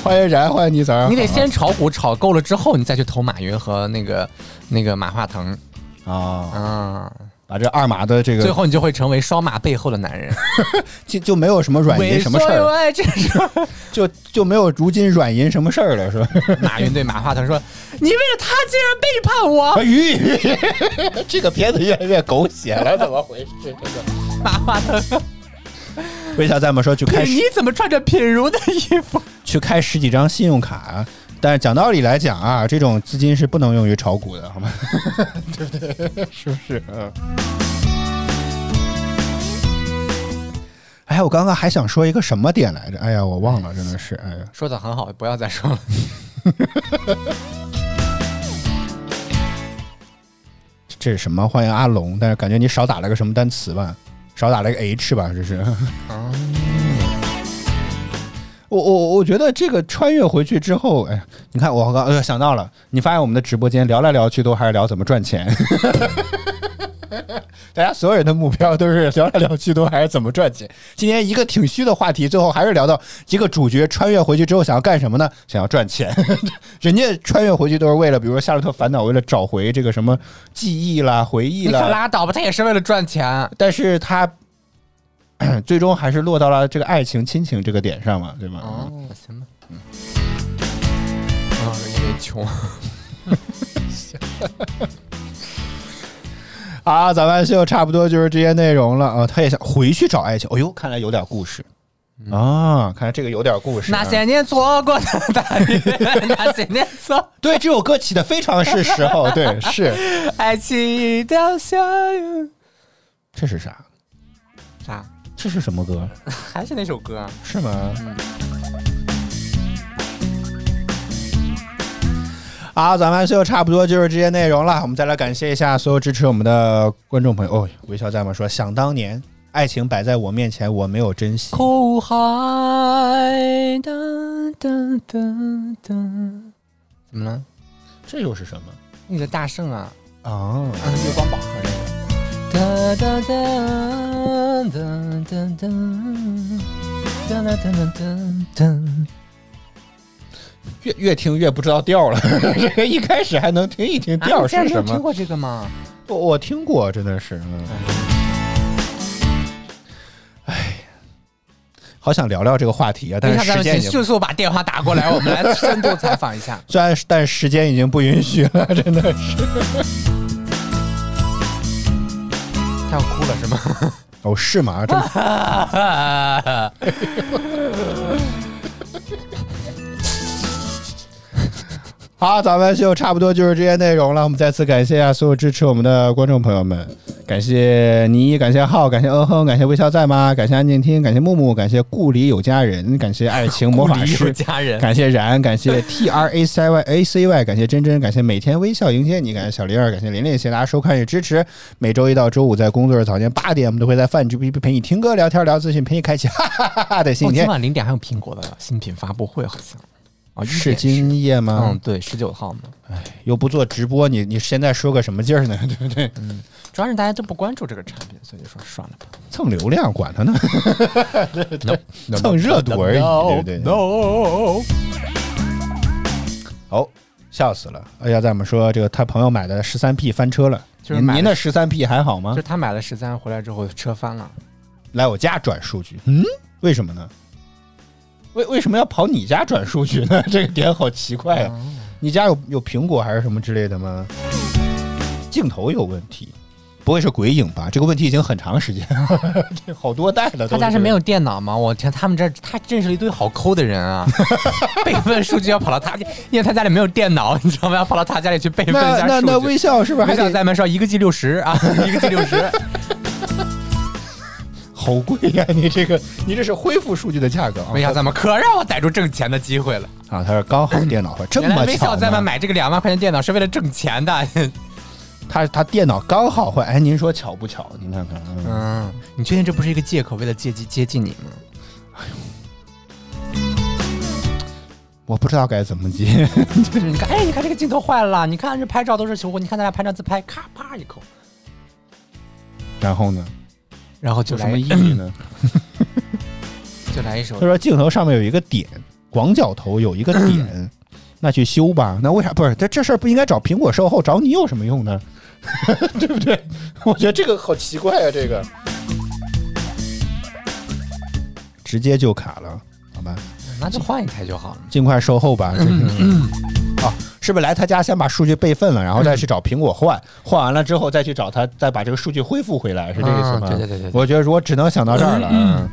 Speaker 3: 欢迎然，欢迎你，早上好
Speaker 2: 你得先炒股炒够了之后，你再去投马云和那个那个马化腾
Speaker 3: 啊，
Speaker 2: 啊，
Speaker 3: 把这二马的这
Speaker 2: 最
Speaker 3: 个
Speaker 2: 后你就会成为双马背后的男人。
Speaker 3: 就就没有什么
Speaker 2: 哎
Speaker 3: 软银什么事儿
Speaker 2: 我
Speaker 3: 了，
Speaker 2: 爱这是
Speaker 3: 就就没有如今软银什么事儿了，
Speaker 2: (laughs)
Speaker 3: 是吧？
Speaker 2: 马云对马化腾说：“你为了他竟然背叛我
Speaker 3: 哎鱼， (laughs) 这个片子越来越狗血了，怎么回事？！”
Speaker 2: (laughs) 马化腾，
Speaker 3: (laughs) 为啥咱们说去开始
Speaker 2: 你怎么穿着品如的衣服？
Speaker 3: 去开十几张信用卡、啊。但是讲道理来讲啊，这种资金是不能用于炒股的，好吗？ (laughs) 对不对？ (laughs) 是不是？嗯。哎呀，我刚刚还想说一个什么点来着？哎呀，我忘了，真的是，哎呀，
Speaker 2: (laughs) 说的很好，不要再 (laughs) 说了。
Speaker 3: 这是什么？欢迎阿龙，但是感觉你少打了个什么单词吧？少打了一个 H 吧？这是。 (laughs) 我我我觉得这个穿越回去之后，哎，你看我刚、呃、想到了，你发现我们的直播间聊来聊去都还是聊怎么赚钱， (laughs) 大家所有人的目标都是聊来聊去都还是怎么赚钱。今天一个挺虚的话题，最后还是聊到一个主角穿越回去之后想要干什么呢？想要赚钱。 (laughs) 人家穿越回去都是为了，比如说《夏洛特烦恼》，为了找回这个什么记忆啦、回
Speaker 2: 你
Speaker 3: 忆
Speaker 2: 可
Speaker 3: 啦，
Speaker 2: 拉倒吧，他也是为了赚钱。
Speaker 3: 但是他。 (clears throat) 最终还是落到了这个爱情、亲情这个点上嘛，对吗？
Speaker 2: 哦，行吧。啊，因为穷。
Speaker 3: 啊，咱们秀差不多就是这些内容了啊。他也想回去找爱情，哎呦，看来有点故事、啊，看来这个有点故事、
Speaker 2: (laughs)
Speaker 3: 啊。
Speaker 2: 那些年错过的大雨， (laughs) 那些年错，
Speaker 3: 对这首歌起的非常是时候，对，是
Speaker 2: (laughs) 爱情已掉下雨。
Speaker 3: 这是啥？
Speaker 2: 啥？
Speaker 3: 这是什么歌？
Speaker 2: 还是那首歌？啊
Speaker 3: 是吗？好，咱们秀差不多就是这些内容了。我们再来感谢一下所有支持我们的观众朋友。哦，微笑在吗？说想当年，爱情摆在我面前，我没有珍惜。
Speaker 2: 苦海，噔噔噔噔。怎么了？
Speaker 3: 这又是什么？
Speaker 2: 那个大圣啊，
Speaker 3: 哦，
Speaker 2: 月光宝盒那个。哒哒哒噔噔噔，哒哒噔噔噔噔。
Speaker 3: 越越听越不知道
Speaker 2: (laughs)
Speaker 3: 调了。这个一开始还能听一听
Speaker 2: 啊
Speaker 3: 调
Speaker 2: 你竟然
Speaker 3: 是
Speaker 2: 没有
Speaker 3: 什
Speaker 2: 听
Speaker 3: 么？
Speaker 2: 过这个吗？
Speaker 3: 我我听过，真的是。嗯哎，好想聊聊这个话题啊，但
Speaker 2: 等一下，
Speaker 3: 是
Speaker 2: 哎咱
Speaker 3: 时
Speaker 2: 们
Speaker 3: 间
Speaker 2: 请
Speaker 3: 已经
Speaker 2: 迅速把电话打过 (laughs) 来，我们来深度采访一 (laughs) 下。
Speaker 3: 虽然是但是时间已经不允许了，真的是。
Speaker 2: 他要哭了是 (laughs) 吗？
Speaker 3: 哦，是吗？真好，咱们就差不多就是这些内容了。我们再次感谢一下所有支持我们的观众朋友们，感谢你，感谢浩，感谢嗯哼，感谢微笑在吗？感谢安静听，感谢木木，感谢故里有家人，感谢爱情魔
Speaker 2: (laughs)
Speaker 3: 法
Speaker 2: 有
Speaker 3: 师。
Speaker 2: 家人，
Speaker 3: 感谢然，感谢 T R A C Y A C Y，感谢真真，感谢每天微笑迎接你，感谢小林儿，感谢琳琳，谢谢大家收看与支持。每周一到周五在工作日早间八点，我们都会在饭局必须陪你听歌、聊天、聊资讯，陪你开启哈哈哈哈的
Speaker 2: 哦
Speaker 3: 新
Speaker 2: 今
Speaker 3: 天。
Speaker 2: 晚零点还有苹果的新品发布会，好像啊，
Speaker 3: 是
Speaker 2: 今
Speaker 3: 今夜吗？
Speaker 2: 嗯，对，十九号嘛，
Speaker 3: 又不做直播，你你现在说个什么劲儿呢？ (laughs) 对不对？
Speaker 2: 嗯主要是大家都不关注这个产品，所以就说算了吧，
Speaker 3: 蹭流量，管
Speaker 2: (laughs)
Speaker 3: 他呢，
Speaker 2: No,
Speaker 3: 蹭热度而已，对不对
Speaker 2: No，
Speaker 3: 哦，笑死了！哎呀，咱们说这个他朋友买的十三 P 翻车了，
Speaker 2: 就是
Speaker 3: 您
Speaker 2: 买
Speaker 3: 您的十三 P 还好吗
Speaker 2: 就？他买了十三回来之后车翻了，
Speaker 3: 来我家转数据，嗯，为什么呢？为为什么要跑你家转数据 (laughs)
Speaker 2: 哦
Speaker 3: 呢？这个点好奇怪啊！你家有有苹果还是什么之类的吗？镜头有问题，不会是鬼影吧？这个问题已经很长时间， (laughs) 这好多代了。
Speaker 2: 他家是没有电脑吗？我天，他们这他认识了一堆好抠的人 (laughs) 啊！备份数据要跑到他家，因为他家里没有电脑，你知道吗？要跑到他家里去备份一下
Speaker 3: 那
Speaker 2: 数据。
Speaker 3: 那那微笑是不是还
Speaker 2: 微笑
Speaker 3: 得
Speaker 2: 在麦说一个 G 六十啊， (laughs) 一个 G 六十。
Speaker 3: (laughs) 好贵呀、你这个你这是恢复数据的价格啊！
Speaker 2: 微笑在麦可让我逮住挣钱的机会了。
Speaker 3: 啊，他是
Speaker 2: (clears throat)
Speaker 3: 刚好电脑坏，这
Speaker 2: 原来
Speaker 3: 么
Speaker 2: 微笑
Speaker 3: 巧
Speaker 2: 在麦
Speaker 3: 呢？
Speaker 2: 买这个两万块钱电脑是为了挣钱的。
Speaker 3: 他他电脑刚好坏，哎，您说巧不巧？您看看，嗯
Speaker 2: 嗯， (laughs) 你确定这不是一个借口，为了接近接近你吗？
Speaker 3: 我不知道该怎么接。 (laughs)
Speaker 2: 就是你看， (laughs) 哎，你看这个镜头坏了，你看这拍照都是求婚，你看咱俩拍张自拍，咔啪一口，
Speaker 3: 然后呢？
Speaker 2: 然后就
Speaker 3: 有什
Speaker 2: 来
Speaker 3: 么意义呢？
Speaker 2: 就来一 (coughs) 首
Speaker 3: 嗯他说镜头上面有一个点，广角头有一个点，那去修吧。那为啥不是？这这事儿不应该找苹果售后，找你有什么用呢？ (laughs) 对不对？ (laughs) 我觉得这个好奇怪啊，这个直接就卡了，好吧？
Speaker 2: 那就换一台就好了。
Speaker 3: 尽快售后吧。这个啊，是不是来他家先把数据备份了，然后再去找苹果换？换完了之后再去找他，再把这个数据恢复回来，是这个意思吗？
Speaker 2: 啊对对对对对
Speaker 3: 我觉得我只能想到这儿了。嗯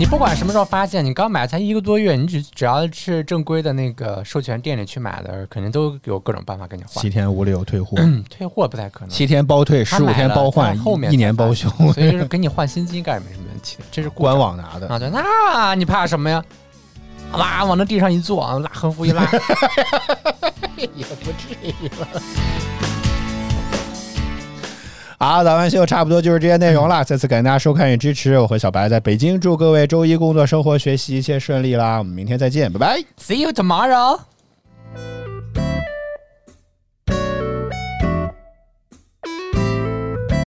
Speaker 2: 你不管什么时候发现，你刚买才一个多月，你只只要是正规的那个授权店里去买的，肯定都有各种办法给你换
Speaker 3: 七。天无理由退货，
Speaker 2: 嗯，退货不太可能，
Speaker 3: 七天包退，
Speaker 2: 他
Speaker 3: 十五
Speaker 2: 买
Speaker 3: 天
Speaker 2: 了
Speaker 3: 包换，
Speaker 2: 他后面
Speaker 3: 一
Speaker 2: 才
Speaker 3: 年
Speaker 2: 发
Speaker 3: 包
Speaker 2: 现
Speaker 3: 修，
Speaker 2: 所以就是给你换新机应该也没什么问题的，这是故障
Speaker 3: (laughs) 官网拿的。
Speaker 2: 啊。对，那你怕什么呀？哇，往那地上一坐啊，拉横幅一拉，
Speaker 3: 好，早安秀差不多就是这些内容
Speaker 2: 嗯
Speaker 3: 了。再次感谢大家收看与支持，我和小白在北京，祝各位周一工作、生活、学习一切顺利啦！我们明天再见，拜拜。
Speaker 2: See you tomorrow.